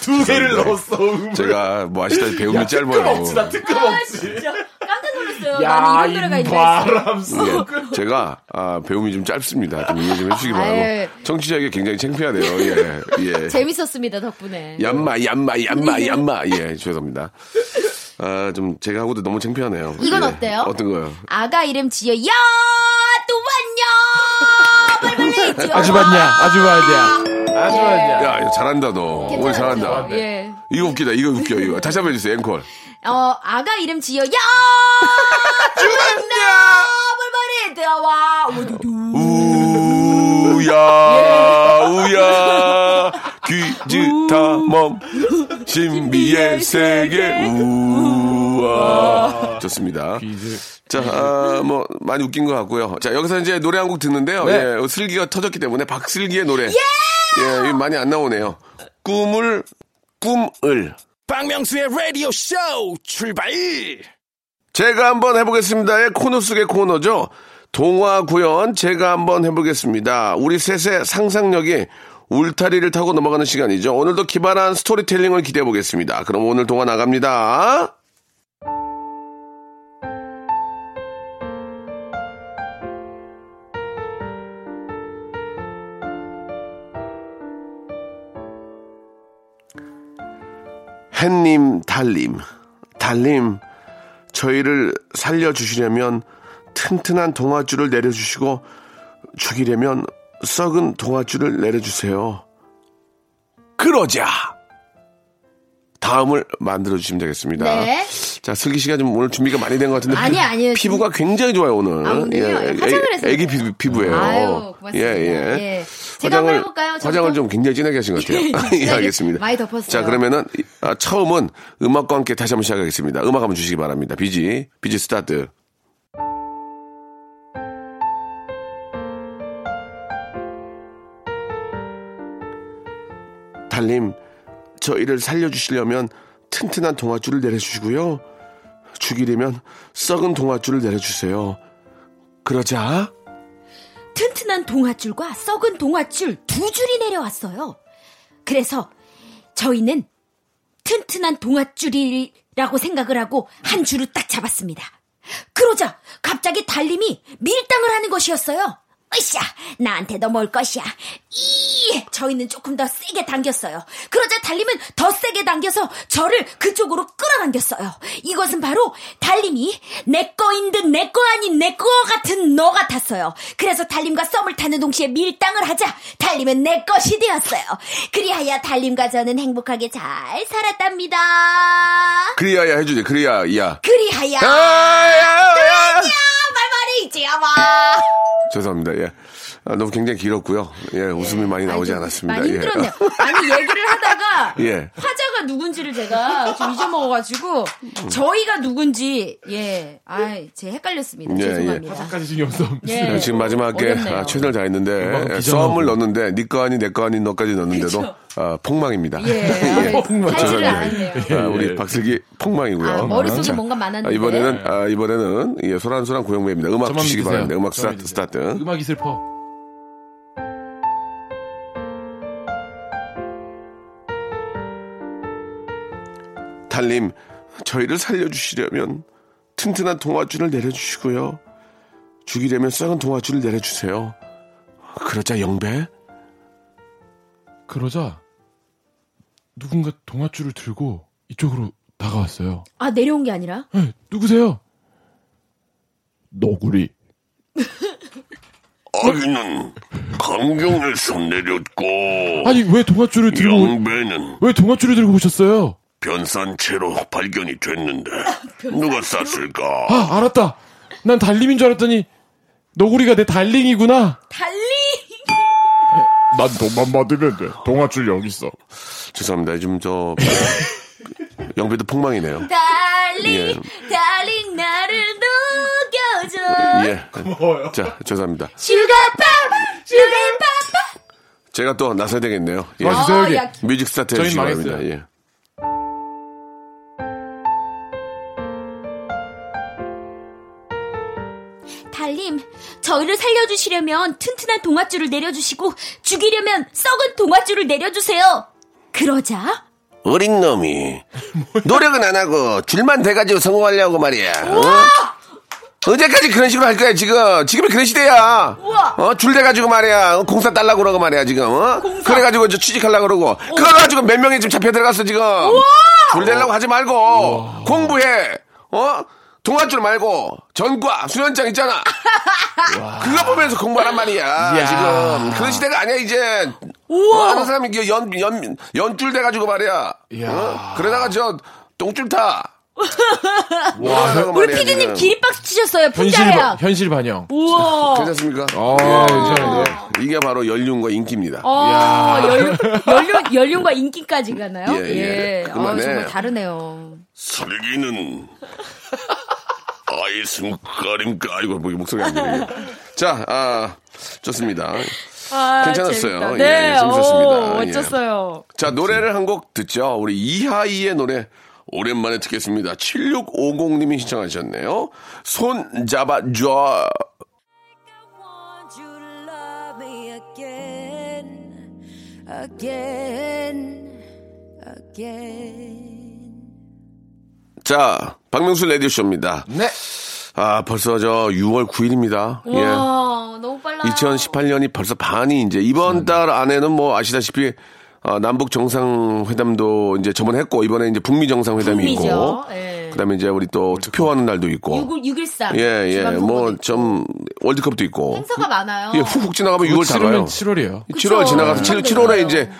Speaker 2: 두 개를 넣었어 음을.
Speaker 3: 제가 뭐 아시다시피 배움이 짧아요.
Speaker 2: 뜨끔없지 나
Speaker 4: 아,
Speaker 2: 뜨끔없지
Speaker 4: 진짜. 깜짝 놀랐어요. 나는 이런 노래가
Speaker 2: 야인
Speaker 4: 있나 했어요.
Speaker 2: 바람 속
Speaker 3: 예, 제가 아, 배움이 좀 짧습니다. 좀 이해 좀 해주시기
Speaker 4: 아유.
Speaker 3: 바라고. 청취자에게 굉장히 창피하네요. 예, 예.
Speaker 4: 재밌었습니다, 덕분에.
Speaker 3: 얌마 얌마 얌마
Speaker 4: 네.
Speaker 3: 얌마 예 죄송합니다 아 좀 제가 하고도 너무 창피하네요
Speaker 4: 이건
Speaker 3: 예.
Speaker 4: 어때요?
Speaker 3: 어떤 거요?
Speaker 4: 아가 이름 지어 야! 또 왔냐! 예. 빨리빨리
Speaker 2: 아주 봤냐 아주 봤냐 아주 봤냐
Speaker 3: 야 이거 잘한다 너 오늘 잘한다
Speaker 4: 예.
Speaker 3: 이거 웃기다 이거 웃겨 이거 다시 한번 해주세요 앵콜
Speaker 4: 어, 아가 이름 지어 야! 또 왔냐! 빨리빨리 들어와! 오두두. 음. 예.
Speaker 3: 우야 우야 귀지타멈 신비의 세계 우와 좋습니다 자, 아, 뭐, 많이 웃긴 것 같고요. 자, 여기서 이제 노래 한 곡 듣는데요.
Speaker 2: 네.
Speaker 3: 예, 슬기가 터졌기 때문에 박슬기의 노래. 예! 이거 많이 안 나오네요. 꿈을, 꿈을.
Speaker 1: 박명수의 라디오 쇼 출발!
Speaker 3: 제가 한번 해보겠습니다의 코너 속의 코너죠. 동화 구연 제가 한번 해보겠습니다. 우리 셋의 상상력이 울타리를 타고 넘어가는 시간이죠. 오늘도 기발한 스토리텔링을 기대해 보겠습니다. 그럼 오늘 동화 나갑니다. 햇님 달님 달님 저희를 살려주시려면 튼튼한 동아줄을 내려주시고 죽이려면 썩은 동아줄을 내려주세요. 그러자 다음을 만들어 주시면 되겠습니다.
Speaker 4: 네.
Speaker 3: 자 슬기 씨가 좀 오늘 준비가 많이 된 것 같은데
Speaker 4: 아니, 아니에요.
Speaker 3: 피부가 굉장히 좋아요 오늘. 예,
Speaker 4: 아, 오늘요? 화장을 해서
Speaker 3: 애기
Speaker 4: 그래요.
Speaker 3: 피부, 피부예요.
Speaker 4: 아유, 고맙습니다.
Speaker 3: 예, 예.
Speaker 4: 예. 제가 한번 해볼까요? 네, 저부터?
Speaker 3: 화장을 좀 굉장히 진하게 하신 것 같아요. 예, 알겠습니다.
Speaker 4: 많이 덮었어요.
Speaker 3: 자, 그러면은 아, 처음은 음악과 함께 다시 한번 시작하겠습니다. 음악 한번 주시기 바랍니다. 비지, 비지 스타트. 달님, 저희를 살려주시려면 튼튼한 동아줄을 내려주시고요. 죽이려면 썩은 동아줄을 내려주세요. 그러자
Speaker 4: 튼튼한 동아줄과 썩은 동아줄 두 줄이 내려왔어요. 그래서 저희는 튼튼한 동아줄이라고 생각을 하고 한 줄을 딱 잡았습니다. 그러자 갑자기 달님이 밀당을 하는 것이었어요. 으쌰, 나한테 너 먹을 것이야. 이, 저희는 조금 더 세게 당겼어요. 그러자 달님은 더 세게 당겨서 저를 그쪽으로 끌어당겼어요. 이것은 바로 달님이 내 거인 듯 내 거 아닌 내 거 같은 너 같았어요. 그래서 달님과 썸을 타는 동시에 밀당을 하자 달님은 내 것이 되었어요. 그리하여 달님과 저는 행복하게 잘 살았답니다.
Speaker 3: 그리야야 해주지 그리야야.
Speaker 4: 그리하여
Speaker 3: 아, 아야!
Speaker 4: 말말이지요 마.
Speaker 3: 죄송합니다. 예. 아, 너무 굉장히 길었고요. 예, 웃음이 많이 나오지 않았습니다.
Speaker 4: 많이
Speaker 3: 예.
Speaker 4: 힘들었네요. 아니 얘기를 하다가
Speaker 3: 예.
Speaker 4: 화자가 누군지를 제가 좀 잊어먹어가지고 저희가 누군지 예, 아제 헷갈렸습니다.
Speaker 3: 예,
Speaker 4: 죄송합니다.
Speaker 2: 화장까지 신경 써.
Speaker 4: 예.
Speaker 3: 예, 지금 마지막에
Speaker 4: 어렵네요.
Speaker 3: 아, 최선을 다했는데
Speaker 2: 금방
Speaker 3: 예,
Speaker 2: 기절하고.
Speaker 3: 썸을 넣었는데 네 거 아닌 내 거 아닌 너까지 넣었는데도
Speaker 4: 그쵸.
Speaker 3: 아, 폭망입니다.
Speaker 4: 예,
Speaker 3: 예.
Speaker 4: 아, 살지를
Speaker 3: 죄송합니다.
Speaker 4: 않았네요.
Speaker 3: 아,
Speaker 2: 예.
Speaker 3: 우리 박슬기 폭망이고요.
Speaker 4: 아, 머릿속에
Speaker 3: 자,
Speaker 4: 뭔가 많았는데.
Speaker 3: 아, 이번에는 아, 이번에는 예, 소란소란 고영배입니다. 음악
Speaker 2: 저만
Speaker 3: 주시기
Speaker 2: 믿으세요.
Speaker 3: 바랍니다. 음악
Speaker 2: 저만
Speaker 3: 스타트
Speaker 2: 믿으세요.
Speaker 3: 스타트.
Speaker 2: 음악이 슬퍼.
Speaker 3: 달님, 저희를 살려주시려면 튼튼한 동화줄을 내려주시고요. 죽이려면 썩은 동화줄을 내려주세요. 그러자 영배?
Speaker 2: 그러자 누군가 동아줄을 들고 이쪽으로 다가왔어요.
Speaker 4: 아 내려온 게 아니라
Speaker 2: 에, 누구세요? 너구리.
Speaker 3: 아기는 강경에서 내렸고
Speaker 2: 아니 왜 동아줄을 들고 오-
Speaker 3: 영배는
Speaker 2: 왜 동아줄을 들고 오셨어요?
Speaker 3: 변산 채로 발견이 됐는데 누가 쐈을까?
Speaker 2: 아 알았다. 난 달림인 줄 알았더니 너구리가 내 달링이구나.
Speaker 4: 달리
Speaker 5: 난 돈만 받으면 돼. 동아줄 여기 있어.
Speaker 3: 죄송합니다. 지금 저 영배도 폭망이네요.
Speaker 4: 달리
Speaker 3: 예.
Speaker 4: 달리 나를 녹여줘
Speaker 3: 예. 자, 죄송합니다.
Speaker 4: 슈가빵 슈가빵
Speaker 3: 제가 또 나서야 되겠네요. 예.
Speaker 2: 아, 죄송해요.
Speaker 4: 야,
Speaker 3: 뮤직 스타트
Speaker 2: 저희
Speaker 3: 해주시기
Speaker 2: 망했어요.
Speaker 3: 바랍니다. 예.
Speaker 4: 달님, 저희를 살려주시려면 튼튼한 동아줄을 내려주시고 죽이려면 썩은 동아줄을 내려주세요. 그러자
Speaker 3: 어린 놈이 노력은 안 하고 줄만 돼가지고 성공하려고 말이야. 어?
Speaker 4: 아!
Speaker 3: 언제까지 그런 식으로 할 거야 지금? 지금이 그런 시대야.
Speaker 4: 우와.
Speaker 3: 어, 줄 돼가지고 말이야. 어, 공사 딸라고 그러고 말이야 지금. 어? 그래가지고 저 취직하려고 그러고. 그거 가지고 몇 명이 지금 잡혀 들어갔어 지금. 줄 되려고 하지 말고 공부해. 어? 동아줄 말고 전과 수련장 있잖아. 그거 보면서 공부하란 말이야 지금 그런 시대가 아니야 이제 어, 아는 사람이 이게 연, 연, 연줄 돼가지고 말이야
Speaker 2: 이야.
Speaker 3: 어? 그러다가 저 똥줄 타
Speaker 4: 우리 피디님 기립박수 치셨어요.
Speaker 2: 현실 바,
Speaker 4: 풍자야.
Speaker 2: 현실 반영.
Speaker 4: 우와.
Speaker 3: 괜찮습니까?
Speaker 2: 아, 괜찮은데요?
Speaker 3: 예. 이게 바로 연륜과 인기입니다
Speaker 4: 어, 연륜, 연륜, 연륜과 인기까지 가나요?
Speaker 3: 예, 예.
Speaker 4: 아,
Speaker 3: 그만해.
Speaker 4: 정말 다르네요.
Speaker 3: 설기는 아이 숨가림까 아이고 뭐, 목소리 안 들리네 자 아, 좋습니다
Speaker 4: 아,
Speaker 3: 괜찮았어요.
Speaker 4: 재밌다.
Speaker 3: 예,
Speaker 4: 네,
Speaker 3: 예, 재밌었습니다.
Speaker 4: 오,
Speaker 3: 예.
Speaker 4: 어쩌어요
Speaker 3: 자, 노래를 한 곡 듣죠. 우리 이하이의 노래 오랜만에 듣겠습니다. 7650님이 신청하셨네요. 손 잡아줘.
Speaker 6: want you to love me again, again, again.
Speaker 3: 자, 박명수 레디쇼입니다.
Speaker 2: 네.
Speaker 3: 아, 벌써 저 6월 9일입니다. 예.
Speaker 4: 와, 너무 빨라.
Speaker 3: 2018년이 벌써 반이 이제 이번 달 안에는 뭐 아시다시피 어, 남북 정상회담도 이제 저번에 했고 이번에 이제 북미 정상회담이 있고
Speaker 4: 북미죠. 예.
Speaker 3: 그다음에 이제 우리 또 투표하는 날도 있고
Speaker 4: 613.
Speaker 3: 어. 예, 예. 뭐 좀 월드컵도 있고
Speaker 4: 행사가 많아요.
Speaker 3: 예, 훅훅 지나가면 6월 다
Speaker 2: 치르면
Speaker 3: 가요.
Speaker 2: 7월이에요.
Speaker 4: 그쵸.
Speaker 3: 7월 지나가서 7,
Speaker 4: 맞아요.
Speaker 3: 7월에 이제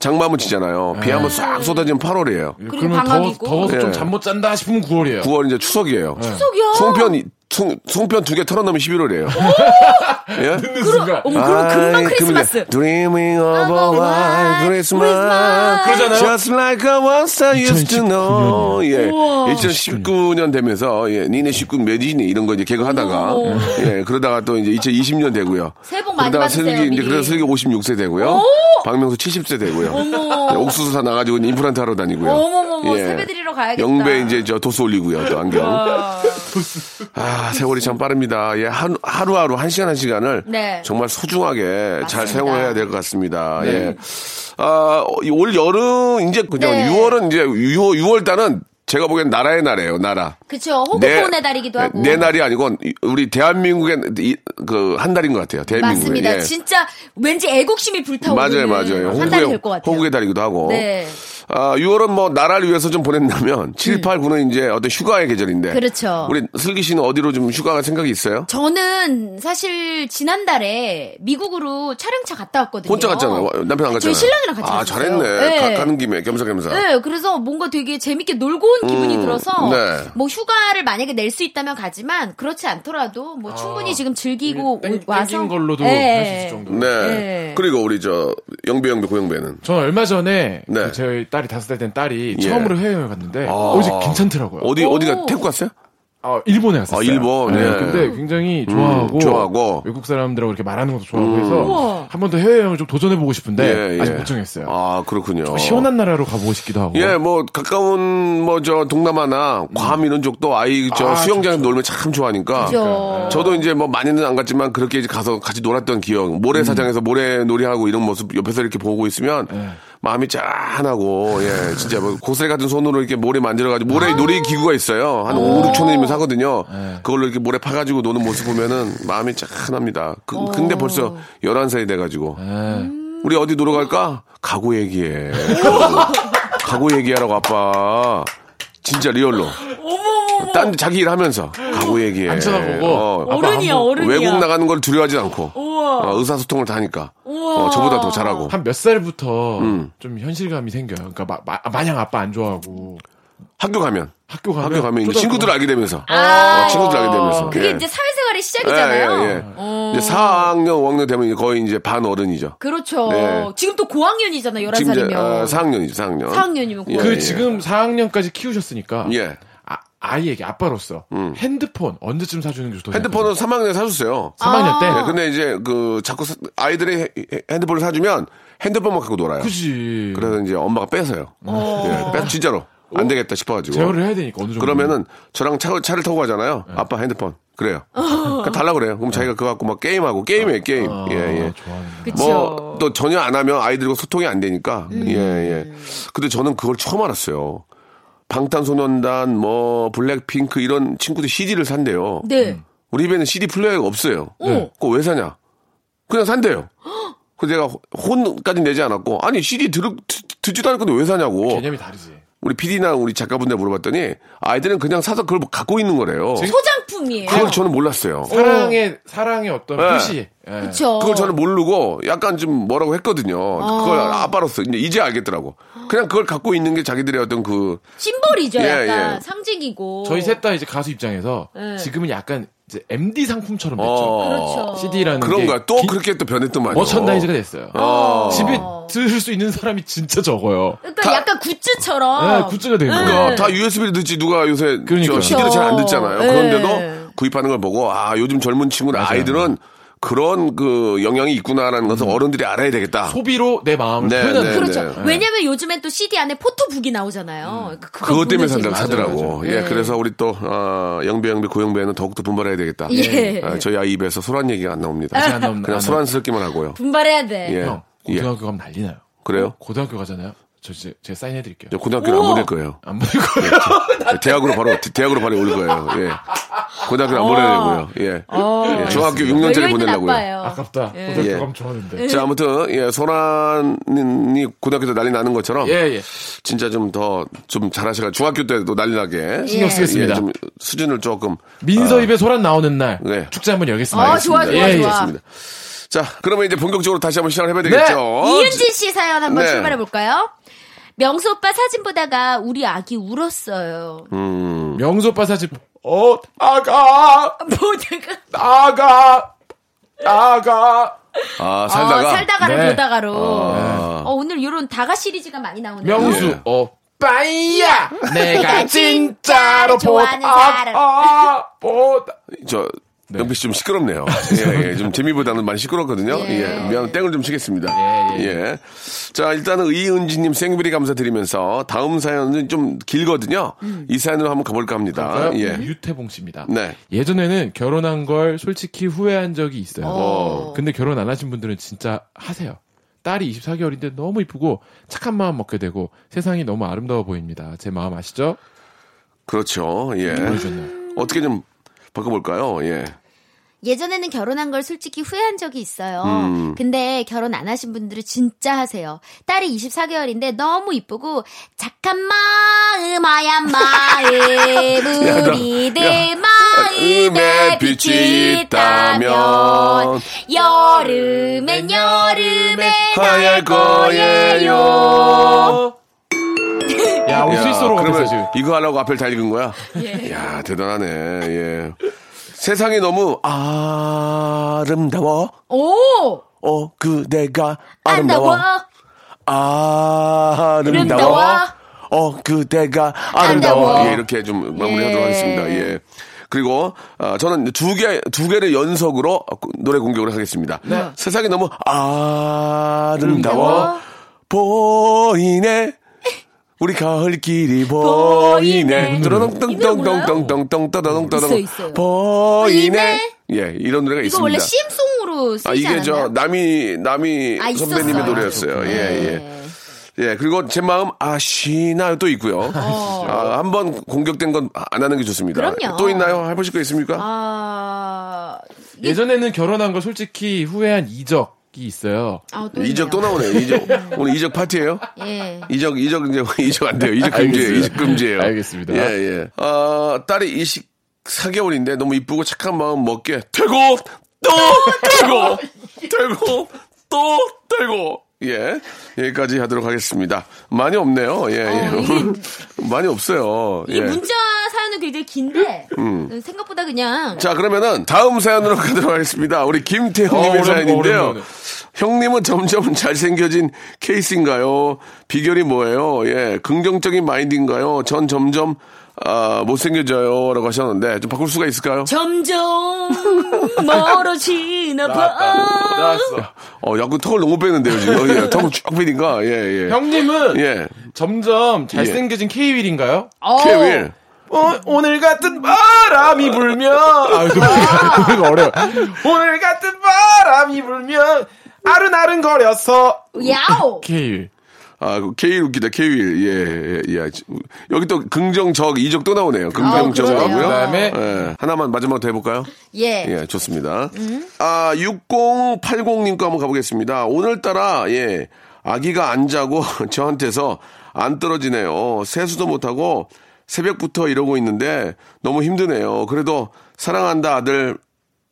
Speaker 3: 장마문 치잖아요. 비 한번 싹 쏟아지면 8월이에요.
Speaker 4: 그리고
Speaker 2: 그러면
Speaker 4: 방학이
Speaker 2: 더워,
Speaker 4: 있고.
Speaker 2: 더워서
Speaker 3: 예.
Speaker 2: 좀 잠 못 잔다 싶으면 9월이에요.
Speaker 3: 9월 이제 추석이에요.
Speaker 4: 추석이야.
Speaker 3: 송편 이- 송, 송편 두 개 털어놓으면 11월이에요. 예?
Speaker 2: 그 순간.
Speaker 4: 어머, 그럼 금방
Speaker 3: 아이,
Speaker 4: 크리스마스.
Speaker 3: 금방 Dreaming of a white Christmas.
Speaker 2: 그러잖아요.
Speaker 3: Just like I was I used to know. 예.
Speaker 4: 우와.
Speaker 3: 2019년 되면서, 예. 니네 19 매디니 이런 거 이제 개그하다가,
Speaker 4: 우와.
Speaker 3: 예. 그러다가 또 이제 2020년 되고요.
Speaker 4: 새해 복 많이
Speaker 3: 그러다가
Speaker 4: 받으세요,
Speaker 3: 슬기, 이제
Speaker 4: 미리.
Speaker 3: 그래서 슬기 56세 되고요. 박명수 70세 되고요.
Speaker 4: 어머.
Speaker 3: 예, 옥수수 사 나가지고 임플란트 하러 다니고요.
Speaker 4: 어머머머, 세배 드리러 가야겠다.
Speaker 3: 예.
Speaker 4: 어.
Speaker 3: 영배 이제 저 도수 올리고요. 또 안경. 아, 세월이 참 빠릅니다. 예, 한, 하루하루, 한 시간 한 시간을
Speaker 4: 네.
Speaker 3: 정말 소중하게 잘
Speaker 4: 맞습니다. 네.
Speaker 3: 사용해야 될 것 같습니다. 예. 아, 이올 여름, 이제 그냥
Speaker 4: 네.
Speaker 3: 6월은 이제 6월, 6월 달은 제가 보기엔 나라의 날이에요, 나라.
Speaker 4: 그쵸. 호구포의 달이기도 하고.
Speaker 3: 내 날이 아니고 이- 우리 대한민국의 이- 그, 한 달인 것 같아요. 대한민국의.
Speaker 4: 맞습니다.
Speaker 3: 예.
Speaker 4: 진짜 왠지 애국심이
Speaker 3: 맞아요,
Speaker 4: 불타오르는
Speaker 3: 맞아요.
Speaker 4: 한 달이
Speaker 3: 호국의,
Speaker 4: 될 것 같아요.
Speaker 3: 호국의 달이기도 하고.
Speaker 4: 네.
Speaker 3: 아, 6월은 뭐 나라를 위해서 좀 보냈다면 7, 8, 9는 이제 어떤 휴가의 계절인데.
Speaker 4: 음. 그렇죠.
Speaker 3: 우리 슬기 씨는 어디로 좀 휴가가 생각이 있어요?
Speaker 4: 저는 사실 지난달에 미국으로 촬영차 갔다 왔거든요.
Speaker 3: 혼자 갔잖아요. 와, 남편 안 갔잖아요.
Speaker 4: 저희 신랑이랑 같이
Speaker 3: 아,
Speaker 4: 갔어요.
Speaker 3: 잘했네.
Speaker 4: 네.
Speaker 3: 가, 는 김에 겸사겸사.
Speaker 4: 네, 그래서 뭔가 되게 재밌게 놀고 온 기분이 들어서
Speaker 3: 네.
Speaker 4: 뭐 휴가를 만약에 낼 수 있다면 가지만 그렇지 않더라도 뭐 충분히 지금 즐기고
Speaker 2: 아, 땡-
Speaker 4: 올- 와서
Speaker 2: 땡긴 걸로도
Speaker 4: 네.
Speaker 2: 할 수 있을 정도.
Speaker 3: 네.
Speaker 4: 네.
Speaker 3: 그리고 우리 저 영배 영배 고영배는
Speaker 2: 저는 얼마 전에
Speaker 3: 네.
Speaker 2: 그 저희 딸이 다섯 살 된 딸이
Speaker 3: 예.
Speaker 2: 처음으로 해외여행 갔는데 어제 괜찮더라고요.
Speaker 3: 어디
Speaker 4: 오.
Speaker 3: 어디가 태국 갔어요?
Speaker 2: 아, 일본에 갔어요. 네,
Speaker 3: 아, 일본, 예.
Speaker 2: 근데 굉장히 좋아하고,
Speaker 3: 좋아하고. 음.
Speaker 2: 외국 사람들하고 이렇게 말하는 것도 좋아하고 해서 한 번 더 해외여행을 좀 도전해보고 싶은데 아직 못 정했어요.
Speaker 3: 예, 아, 그렇군요.
Speaker 2: 네. 시원한 나라로 가보고 싶기도 하고.
Speaker 3: 예, 뭐 가까운 뭐 저 동남아나 괌 이런 쪽도 아이 저
Speaker 2: 음. 아,
Speaker 3: 수영장에 놀면 참 좋아하니까.
Speaker 4: 그죠.
Speaker 3: 저도 이제 뭐 많이는 안 갔지만 그렇게 이제 가서 같이 놀았던 기억,
Speaker 2: 음.
Speaker 3: 모래사장에서 모래놀이하고 이런 모습 옆에서 이렇게 보고 있으면
Speaker 2: 네.
Speaker 3: 마음이 짠하고, 예, 진짜 뭐 고스레 같은 손으로 이렇게 모래 만들어가지고 모래
Speaker 2: 아.
Speaker 3: 놀이 기구가 있어요. 한 5, 6천 원이면 사거든요.
Speaker 2: 네.
Speaker 3: 그걸로 이렇게 모래 파가지고 노는 모습 보면은 마음이 짠합니다. 그- 근데
Speaker 2: 어.
Speaker 3: 벌써 11살이 돼가지고.
Speaker 2: 네.
Speaker 3: 우리 어디 놀러 갈까? 가구 얘기해. 가구. 가구 얘기하라고 아빠. 진짜 리얼로. 딴 자기 일 하면서 가구 얘기해.
Speaker 2: 안 쳐다보고.
Speaker 3: 어,
Speaker 4: 어른이야, 어른이야.
Speaker 3: 외국 나가는 걸 두려워하지 않고 어, 의사소통을 다 하니까 어, 저보다 더 잘하고
Speaker 2: 한 몇 살부터
Speaker 3: 음.
Speaker 2: 좀 현실감이 생겨요. 그러니까 마, 마- 마냥 아빠 안 좋아하고
Speaker 3: 학교 가면
Speaker 2: 학교 가면,
Speaker 3: 학교 가면 이제
Speaker 2: 쪼다보고.
Speaker 3: 친구들을 알게 되면서
Speaker 4: 아,
Speaker 3: 어, 친구들 알게 되면서
Speaker 4: 그게
Speaker 3: 예.
Speaker 4: 이제 사회생활의 시작이잖아요. 어.
Speaker 3: 예, 예, 예. 이제 4학년 5학년 되면 이제 거의 이제 반 어른이죠.
Speaker 4: 그렇죠.
Speaker 3: 네.
Speaker 4: 지금 또 고학년이잖아요. 11살이면.
Speaker 3: 지금 이제 4학년이죠 4학년.
Speaker 4: 4학년이면
Speaker 3: 예,
Speaker 2: 그
Speaker 3: 예.
Speaker 2: 지금 4학년까지 키우셨으니까
Speaker 3: 예. 음.
Speaker 2: 아, 아이에게 아빠로서 핸드폰 언제쯤 사주는 게 좋다.
Speaker 3: 핸드폰은 3학년에 사줬어요.
Speaker 2: 3학년 때.
Speaker 4: 아.
Speaker 3: 네, 근데 이제 그 자꾸 사- 아이들이 해- 해- 핸드폰을 사주면 핸드폰만 갖고 놀아요.
Speaker 2: 그지.
Speaker 3: 그래서 이제 엄마가 뺏어요. 예, 뺏 진짜로 안 되겠다 싶어가지고.
Speaker 2: 제어를 해야 되니까 어느 정도.
Speaker 3: 그러면은 저랑 차, 차를 타고 가잖아요. 아빠 핸드폰. 그래요. 그러니까 달라 그래요. 그럼 자기가 그거 갖고 막 게임하고 게임해 게임.
Speaker 2: 아,
Speaker 3: 예, 예. 뭐
Speaker 4: 그쵸. 음.
Speaker 3: 또 전혀 안 하면 아이들과 소통이 안 되니까. 예, 예. 근데 저는 그걸 처음 알았어요. 방탄소년단 뭐 블랙핑크 이런 친구들 CD를 산대요.
Speaker 4: 네.
Speaker 3: 우리 집에는 CD 플레이어가 없어요. 예.
Speaker 4: 어.
Speaker 3: 그거 왜 사냐? 그냥 산대요. 그 내가 혼까지 내지 않았고 아니 CD 들, 듣- 듣지도 않을 건데 왜 사냐고.
Speaker 2: 개념이 다르지.
Speaker 3: 우리 PD나 우리 작가분들 물어봤더니 아이들은 그냥 사서 그걸 갖고 있는 거래요.
Speaker 2: 네?
Speaker 4: 소장품이에요.
Speaker 3: 그걸 저는 몰랐어요.
Speaker 2: 사랑의 사랑의 어떤
Speaker 3: 네.
Speaker 2: 표시. 예.
Speaker 4: 그쵸.
Speaker 3: 그걸 저는 모르고 약간 좀 뭐라고 했거든요. 그걸 아빠로서 이제 이제 알겠더라고. 그냥 그걸 갖고 있는 게 자기들의 어떤 그
Speaker 4: 심벌이죠.
Speaker 3: 예,
Speaker 4: 약간
Speaker 3: 예.
Speaker 4: 상징이고.
Speaker 2: 저희 셋 다 이제 가수 입장에서 지금은 약간 이제 MD 상품처럼 됐죠.
Speaker 3: 네. 어,
Speaker 4: 그렇죠.
Speaker 2: CD라는
Speaker 3: 그런
Speaker 2: 게
Speaker 3: 거야. 또
Speaker 2: 기- 뭐
Speaker 3: 그렇게 또 변했더만.
Speaker 2: 머천다이즈가 됐어요. 집에 들을 수 있는 사람이 진짜 적어요.
Speaker 4: 그러니까
Speaker 3: 다-
Speaker 4: 약간 굿즈처럼.
Speaker 2: 네, 굿즈가 되는
Speaker 4: 응.
Speaker 2: 거예요.
Speaker 3: 그러니까 다 USB를 듣지 누가 요새
Speaker 2: 그러니까요.
Speaker 3: CD를 잘 안 듣잖아요.
Speaker 4: 네.
Speaker 3: 그런데도 구입하는 걸 보고 아 요즘 젊은 친구들 아이들은 그런 그 영향이 있구나라는
Speaker 2: 음.
Speaker 3: 것을 어른들이 알아야 되겠다.
Speaker 2: 소비로 내 마음을
Speaker 3: 네,
Speaker 2: 표현하는
Speaker 3: 네,
Speaker 2: 거예요.
Speaker 4: 그렇죠.
Speaker 3: 네. 음.
Speaker 4: 왜냐면 요즘엔 또 CD 안에 포토북이 나오잖아요. 그러니까 그거
Speaker 3: 그것 때문에
Speaker 4: 보는
Speaker 3: 산다,
Speaker 4: 재미.
Speaker 3: 사더라고. 예, 그래서 우리 또, 어, 영배, 영배, 고영배는 더욱더 분발해야 되겠다.
Speaker 4: 예.
Speaker 3: 아, 저희 아이 입에서 소란 얘기가 안 나옵니다.
Speaker 2: 아직 안 나옵니다.
Speaker 3: 그냥
Speaker 2: 안
Speaker 3: 소란스럽기만 하고요.
Speaker 4: 분발해야 돼.
Speaker 3: 예.
Speaker 2: 형,
Speaker 3: 예.
Speaker 2: 고등학교 가면 난리 나요.
Speaker 3: 그래요?
Speaker 2: 고등학교 가잖아요. 저 이제 제가 사인해 드릴게요.
Speaker 3: 저 고등학교를 안
Speaker 4: 오!
Speaker 3: 보낼 거예요.
Speaker 2: 안 보낼 거예요.
Speaker 3: 예, 대학으로 바로, 대학으로 바로 올 거예요. 예. 고등학교를 안
Speaker 4: 어.
Speaker 3: 보내려고요. 예. 예, 중학교 6년짜리
Speaker 4: 열려있는
Speaker 3: 보내려고요.
Speaker 4: 아빠예요.
Speaker 2: 아깝다.
Speaker 3: 예.
Speaker 2: 고등학교 가면 좋았는데.
Speaker 3: 자, 아무튼, 예, 소란이 고등학교도 난리 나는 것처럼.
Speaker 2: 예, 예.
Speaker 3: 진짜 좀 더, 좀 잘하시라. 중학교 때도 난리 나게. 예,
Speaker 2: 신경 쓰겠습니다.
Speaker 3: 좀 수준을 조금.
Speaker 2: 민서 입에 소란 나오는 날
Speaker 3: 네.
Speaker 2: 축제 한번 열겠습니다.
Speaker 4: 어, 좋아, 좋아,
Speaker 2: 예, 예.
Speaker 4: 좋아. 네,
Speaker 3: 알겠습니다. 자, 그러면 이제 본격적으로 다시 한번 시작을 해봐야 되겠죠.
Speaker 4: 이은진 씨 사연 한번
Speaker 3: 어, 네.
Speaker 4: 출발해 볼까요?
Speaker 3: 음.
Speaker 4: 명수 오빠 사진 보다가 우리 아기 울었어요.
Speaker 2: 명수 오빠 사진 어,
Speaker 4: 아,
Speaker 2: 나가,
Speaker 4: 뭐, 보다가
Speaker 2: 나가, 나가.
Speaker 3: 아, 살다가.
Speaker 4: 어, 살다가를
Speaker 2: 네.
Speaker 4: 보다가로.
Speaker 3: 아.
Speaker 4: 어, 오늘 이런 다가 시리즈가 많이 나오네요.
Speaker 2: 명수,
Speaker 3: 예.
Speaker 2: 어, 빠이야! 내가 진짜로
Speaker 4: 좋아하는 사람.
Speaker 2: 아, 아, 보다.
Speaker 3: 저, 영피 씨 좀 시끄럽네요. 예, 예. 좀 재미보다는 많이 시끄럽거든요. 예. 미안, 땡을 좀 치겠습니다.
Speaker 2: 예, 예.
Speaker 3: 자, 일단은 이은지님 생비리 감사드리면서 다음 사연은 좀 길거든요.
Speaker 4: 음.
Speaker 3: 이 사연으로 한번 가볼까 합니다.
Speaker 2: 예.
Speaker 3: 예.
Speaker 2: 유태봉 씨입니다.
Speaker 3: 네.
Speaker 2: 예전에는 결혼한 걸 솔직히 후회한 적이 있어요.
Speaker 4: 어.
Speaker 2: 근데 결혼 안 하신 분들은 진짜 하세요. 딸이 24개월인데 너무 이쁘고 착한 마음 먹게 되고 세상이 너무 아름다워 보입니다. 제 마음 아시죠?
Speaker 3: 그렇죠. 예.
Speaker 2: 보여주셨네요.
Speaker 3: 어떻게 좀 바꿔볼까요? 예.
Speaker 4: 예전에는 결혼한 걸 솔직히 후회한 적이 있어요.
Speaker 3: 음.
Speaker 4: 근데 결혼 안 하신 분들은 진짜 하세요. 딸이 24개월인데 너무 이쁘고 착한 마음 하얀 마음
Speaker 3: 야, 나-
Speaker 4: 우리들
Speaker 3: 야.
Speaker 4: 마음에
Speaker 3: 음에
Speaker 4: 빛이
Speaker 3: 빛이
Speaker 4: 있다면
Speaker 3: 있다면
Speaker 4: 여름엔 여름에
Speaker 3: 하얄 거예요.
Speaker 2: 야, 우리 어, 스위스로 가면서
Speaker 3: 그러면
Speaker 2: 지금.
Speaker 3: 이거 하려고 앞을 다 읽은 거야? 야, 대단하네. 예. 세상이 너무 아름다워.
Speaker 4: 오!
Speaker 3: 어, 그대가
Speaker 4: 아름다워.
Speaker 3: 아름다워. 아름다워.
Speaker 4: 아름다워.
Speaker 3: 어, 그대가 아름다워.
Speaker 4: 아름다워.
Speaker 3: 예, 이렇게 좀 마무리하도록
Speaker 4: 예.
Speaker 3: 하겠습니다. 예. 그리고 아, 저는 두 개, 두 개를 연속으로 노래 공격을 하겠습니다. 세상이 너무 아름다워.
Speaker 4: 아름다워.
Speaker 3: 보이네. 우리 가을길이 보이네. 음.
Speaker 4: 보이네. 이 노래 몰라요?
Speaker 3: 뚜루렁뚱뚱뚱뚱뚱
Speaker 4: 있어요,
Speaker 3: 떠다덩떠덩
Speaker 4: 있어요.
Speaker 3: 보이네. 예, 이런 노래가
Speaker 4: 이거
Speaker 3: 있습니다.
Speaker 4: 원래 CM송으로 쓰지
Speaker 3: 아, 이게 저
Speaker 4: 않았나요?
Speaker 3: 남이 남이
Speaker 4: 아, 있었어요.
Speaker 3: 선배님의 노래였어요. 예, 예.
Speaker 4: 네.
Speaker 3: 예, 그리고 제 마음 아시나요 또 있고요. 아, 한번 공격된 건 안 하는 게 좋습니다.
Speaker 4: 어. 그럼요.
Speaker 3: 또 있나요? 해보실 거 있습니까?
Speaker 4: 아, 이게-
Speaker 2: 예전에는 결혼한 걸 솔직히 후회한 이적이 있어요.
Speaker 4: 아, 또
Speaker 3: 이적 또
Speaker 4: 있네요.
Speaker 3: 나오네요. 이적 오늘 이적 파티예요?
Speaker 4: 예.
Speaker 3: 이적 이적 이제 이적 안 돼요. 이적 금지예요.
Speaker 2: 알겠습니다.
Speaker 3: 이적 금지예요.
Speaker 2: 알겠습니다.
Speaker 3: 예, 예. 아, 딸이 24개월인데 너무 이쁘고 착한 마음 먹게 되고 또 되고 되고 또 되고 예. 여기까지 하도록 하겠습니다. 많이 없네요. 예, 예. 많이 없어요.
Speaker 4: 어, 이
Speaker 3: 예.
Speaker 4: 문자 사연은 굉장히 긴데 생각보다 그냥
Speaker 3: 음. 자, 그러면은 다음 사연으로 가도록 하겠습니다. 우리
Speaker 2: 어,
Speaker 3: 김태형님의
Speaker 2: 오랜-
Speaker 3: 사연인데요.
Speaker 2: 오랜만에.
Speaker 3: 형님은 점점 잘생겨진 케이스인가요? 비결이 뭐예요? 예, 긍정적인 마인드인가요? 전 점점 아, 못생겨져요. 라고 하셨는데, 좀 바꿀 수가 있을까요?
Speaker 4: 점점 멀어지나 봐.
Speaker 2: 아.
Speaker 3: 어, 야구 턱을 너무 빼는데요, 지금. 어, 예, 턱을 쭉 빼니까, 예, 예.
Speaker 2: 형님은
Speaker 3: 예.
Speaker 2: 점점 잘생겨진 케이윌인가요?
Speaker 4: 어,
Speaker 3: 케윌.
Speaker 2: 어, 오늘 같은 바람이 불면 아, 노래가 어려워. 오늘 같은 바람이 불면 아른아른 거려서
Speaker 4: 야오.
Speaker 2: 케이윌.
Speaker 3: 아, 그 케일 웃기다, 케일. 예, 예, 예. 여기 또 긍정적, 이적 또 나오네요. 긍정적하고요.
Speaker 4: 아, 그러네요.
Speaker 2: 그다음에
Speaker 3: 예, 하나만 마지막으로 해볼까요?
Speaker 4: 예.
Speaker 3: 예, 좋습니다. 아, 6080님과 한번 가보겠습니다. 오늘따라, 예, 아기가 안 자고 저한테서 안 떨어지네요. 세수도 못하고 새벽부터 이러고 있는데 너무 힘드네요. 그래도 사랑한다, 아들.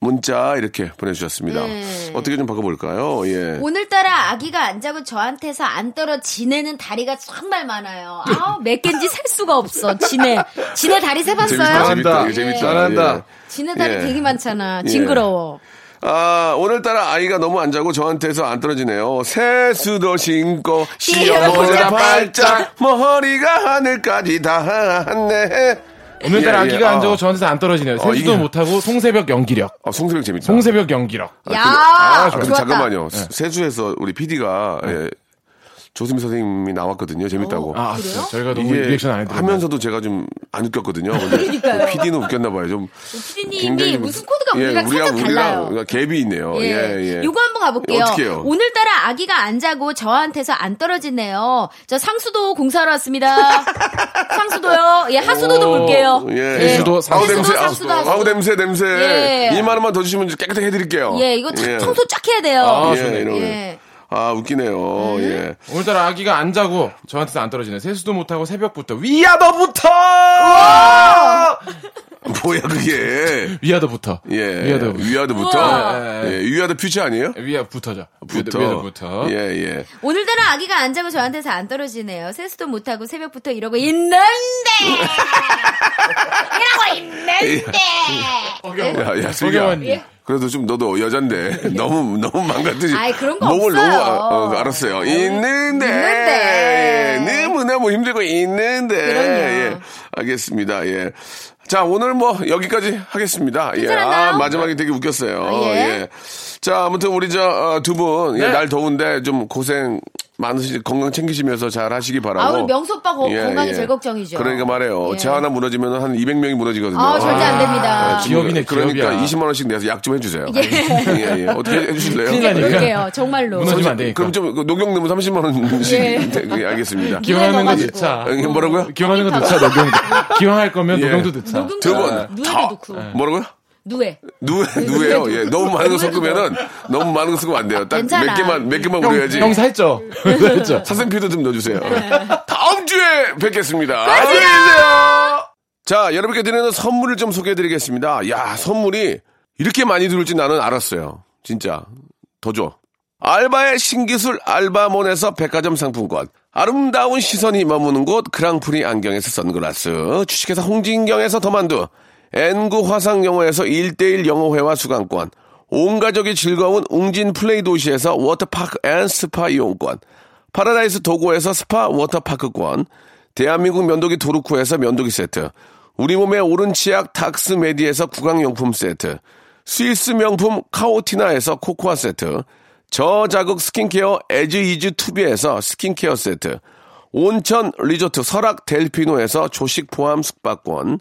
Speaker 3: 문자 이렇게 보내주셨습니다.
Speaker 4: 네.
Speaker 3: 어떻게 좀 바꿔볼까요? 예.
Speaker 4: 오늘따라 아기가 안 자고 저한테서 안 떨어 지내는 다리가 정말 많아요. 아, 몇 개인지 셀 수가 없어. 지네. 지네 다리 세
Speaker 3: 재밌다,
Speaker 4: 봤어요?
Speaker 3: 재밌다,
Speaker 2: 예.
Speaker 3: 재밌다.
Speaker 2: 잘한다.
Speaker 3: 예.
Speaker 4: 지네 다리
Speaker 3: 예.
Speaker 4: 되게 많잖아. 징그러워.
Speaker 3: 아, 오늘따라 아이가 너무 안 자고 저한테서 안 떨어지네요. 세수도 신고, 시어보자 발짝, 머리가 하늘까지 닿았네. 예,
Speaker 2: 오늘따라
Speaker 3: 예.
Speaker 2: 아기가 안 자고
Speaker 3: 아.
Speaker 2: 저한테서 안 떨어지네요. 어.
Speaker 3: 어,
Speaker 2: 세수도
Speaker 3: 이게-
Speaker 2: 못하고 송새벽 연기력.
Speaker 3: 아, 송새벽 재밌다.
Speaker 2: 송새벽 연기력.
Speaker 4: 야!
Speaker 3: 아,
Speaker 4: 좋았다.
Speaker 3: 그럼 잠깐만요.
Speaker 2: 네.
Speaker 3: 세수에서 우리 PD가, 예, 조수미 선생님이 나왔거든요. 재밌다고.
Speaker 2: 아,
Speaker 4: 그래요?
Speaker 2: 진짜 저희가 너무 리액션 안 해드려요.
Speaker 3: 하면서도 제가 좀 안 웃겼거든요. 근데
Speaker 4: 그러니까요.
Speaker 3: PD는 웃겼나 봐요. 좀
Speaker 4: 피디님이 무슨 코드가 우리랑 살짝 달라요.
Speaker 3: 예, 우리랑 갭이 있네요. 예, 예.
Speaker 4: 요거 한번 가볼게요.
Speaker 3: 어떻게 해요?
Speaker 4: 오늘따라 아기가 안 자고 저한테서 안 떨어지네요. 저 상수도 공사하러 왔습니다. 상수도요. 예, 하수도도
Speaker 2: 오,
Speaker 4: 볼게요.
Speaker 3: 예.
Speaker 2: 세수도,
Speaker 3: 아우
Speaker 2: 상수도,
Speaker 3: 냄새,
Speaker 4: 상수도,
Speaker 3: 아우, 아우
Speaker 4: 하수도.
Speaker 3: 냄새, 냄새.
Speaker 4: 예.
Speaker 3: 2만 원만 더 주시면 깨끗하게 해드릴게요.
Speaker 4: 예, 이거 다
Speaker 3: 예.
Speaker 4: 청소 쫙 해야 돼요.
Speaker 2: 아,
Speaker 3: 예,
Speaker 2: 좋네.
Speaker 3: 이런.
Speaker 4: 예.
Speaker 3: 아 웃기네요. 예.
Speaker 2: 오늘따라 아기가 안 자고 저한테서 안 떨어지네요. 세수도 못하고 새벽부터 위아더부터
Speaker 3: 뭐야 그게?
Speaker 2: 위아더부터.
Speaker 3: 예.
Speaker 2: 위아더부터.
Speaker 3: 위아더부터. 예. 위아더 퓨처 아니에요?
Speaker 2: 위아부터죠.
Speaker 3: 부터.
Speaker 2: 위아더부터.
Speaker 3: 예, 예.
Speaker 4: 오늘따라 아기가 안 자고 저한테 서안 떨어지네요. 세수도 못하고 새벽부터 이러고 있는데! 이러고 있는데! 예.
Speaker 3: 야, 야, 슬기야.
Speaker 2: 서경환님.
Speaker 3: 그래도 좀 너도 여잔데 너무 너무 망가뜨지.
Speaker 4: 아이, 그런 거
Speaker 3: 몸을
Speaker 4: 없어요. 네.
Speaker 3: 너무 아- 어, 알았어요. 있는데,
Speaker 4: 있는데.
Speaker 3: 예, 너무너무 힘들고 있는데.
Speaker 4: 그럼요.
Speaker 3: 예, 알겠습니다. 예. 자 오늘 뭐 여기까지 하겠습니다. 예. 아
Speaker 4: 괜찮았나요?
Speaker 3: 마지막에 되게 웃겼어요.
Speaker 4: 예.
Speaker 3: 자 아무튼 우리 어, 저두분날
Speaker 2: 네.
Speaker 3: 더운데 좀 고생 많으시 건강 챙기시면서 잘 하시기 바라고.
Speaker 4: 아, 우리 명수 오빠 거-
Speaker 3: 예,
Speaker 4: 건강이
Speaker 3: 예.
Speaker 4: 제일 걱정이죠.
Speaker 3: 그러니까 말해요.
Speaker 4: 예.
Speaker 3: 제 하나 무너지면 한 200명이 무너지거든요.
Speaker 4: 아, 절대 안 됩니다.
Speaker 2: 기업이네,
Speaker 3: 그러니까
Speaker 2: 기업이야.
Speaker 3: 20만 원씩 내서 약 좀 해주세요. 예, 예. 어떻게 해주실래요? 예.
Speaker 2: 큰일 나니까.
Speaker 4: 그러게요, 정말로.
Speaker 2: 무너지면 안 되니까.
Speaker 3: 그럼 좀 녹용 넣으면 30만 원씩
Speaker 4: 예.
Speaker 3: 예. 알겠습니다.
Speaker 2: 기왕하는 거
Speaker 4: 넣어가지고.
Speaker 2: 넣자.
Speaker 3: 이게 뭐라고요?
Speaker 2: 기왕하는 거 넣자, 녹용도. 기왕할 거면
Speaker 3: 예.
Speaker 2: 녹용도 넣자.
Speaker 4: 누군가
Speaker 3: 두
Speaker 2: 아.
Speaker 3: 번.
Speaker 4: 누에도
Speaker 3: 다.
Speaker 4: 넣고.
Speaker 3: 뭐라고요?
Speaker 4: 누에.
Speaker 3: 누, 누예요. 예. 너무 많은 거 섞으면은 너무 많은 거 섞으면 안 돼요. 딱 몇
Speaker 4: 괜찮아.
Speaker 3: 개만 몇 개만
Speaker 2: 형,
Speaker 3: 우려야지.
Speaker 2: 형 살쪄.
Speaker 4: 네,
Speaker 2: 살쪄.
Speaker 3: 사생피도 좀 넣어주세요. 다음 주에 뵙겠습니다. 안녕히 계세요. 자, 여러분께 드리는 선물을 좀 소개해드리겠습니다. 야, 선물이 이렇게 많이 들을지 나는 알았어요. 진짜. 더 줘. 알바의 신기술 알바몬에서 백화점 상품권. 아름다운 시선이 머무는 곳 그랑프리 안경에서 선글라스. 주식회사 홍진경에서 더만두. N구 화상영어에서 1대1 영어회화 수강권. 온 가족이 즐거운 웅진 플레이 도시에서 워터파크 앤 스파 이용권. 파라다이스 도고에서 스파 워터파크권, 대한민국 면도기 도르쿠에서 면도기 세트, 우리 몸의 오른 치약 닥스메디에서 구강용품 세트, 스위스 명품 카오티나에서 코코아 세트, 저자극 스킨케어 에즈이즈 투비에서 스킨케어 세트, 온천 리조트 설악 델피노에서 조식 포함 숙박권,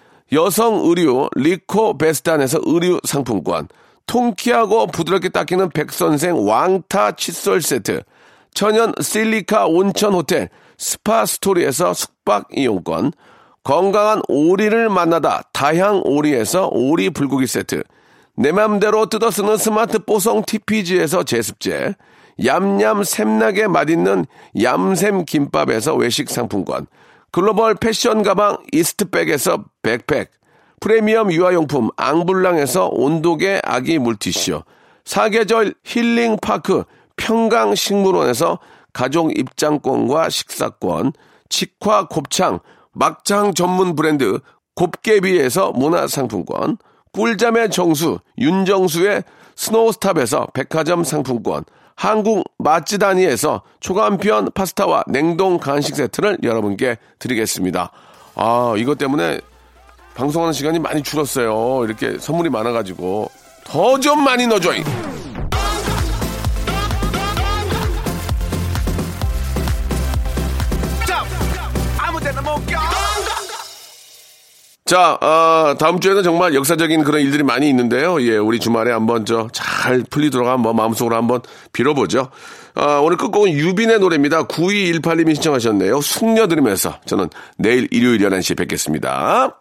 Speaker 3: 여성 의류 리코 베스탄에서 의류 상품권, 통키하고 부드럽게 닦이는 백선생 왕타 칫솔 세트, 천연 실리카 온천 호텔 스파 스토리에서 숙박 이용권, 건강한 오리를 만나다 다향 오리에서 오리 불고기 세트, 내 맘대로 뜯어 쓰는 스마트 뽀송 TPG에서 제습제, 얌얌 샘나게 맛있는 얌샘 김밥에서 외식 상품권, 글로벌 패션 가방 이스트백에서 백팩, 프리미엄 유아용품 앙블랑에서 온도계 아기 물티슈, 사계절 힐링파크 평강식물원에서 가족 입장권과 식사권, 직화 곱창, 막창 전문 브랜드 곱개비에서 문화상품권, 꿀잠의 정수 윤정수의 스노우스탑에서 백화점 상품권, 한국 맛지다니에서 초간편 파스타와 냉동 간식 세트를 여러분께 드리겠습니다. 아, 이것 때문에 방송하는 시간이 많이 줄었어요. 이렇게 선물이 많아가지고 더 좀 많이 넣어줘잉.
Speaker 1: 아무데나 못 가.
Speaker 3: 자, 아, 다음 주에는 정말 역사적인 그런 일들이 많이 있는데요. 예, 우리 주말에 한번 저 잘 풀리도록 한번 마음속으로 한번 빌어보죠. 아, 오늘 끝곡은 유빈의 노래입니다. 9218님이 신청하셨네요. 숙녀 들으면서 저는 내일 일요일 11시에 뵙겠습니다.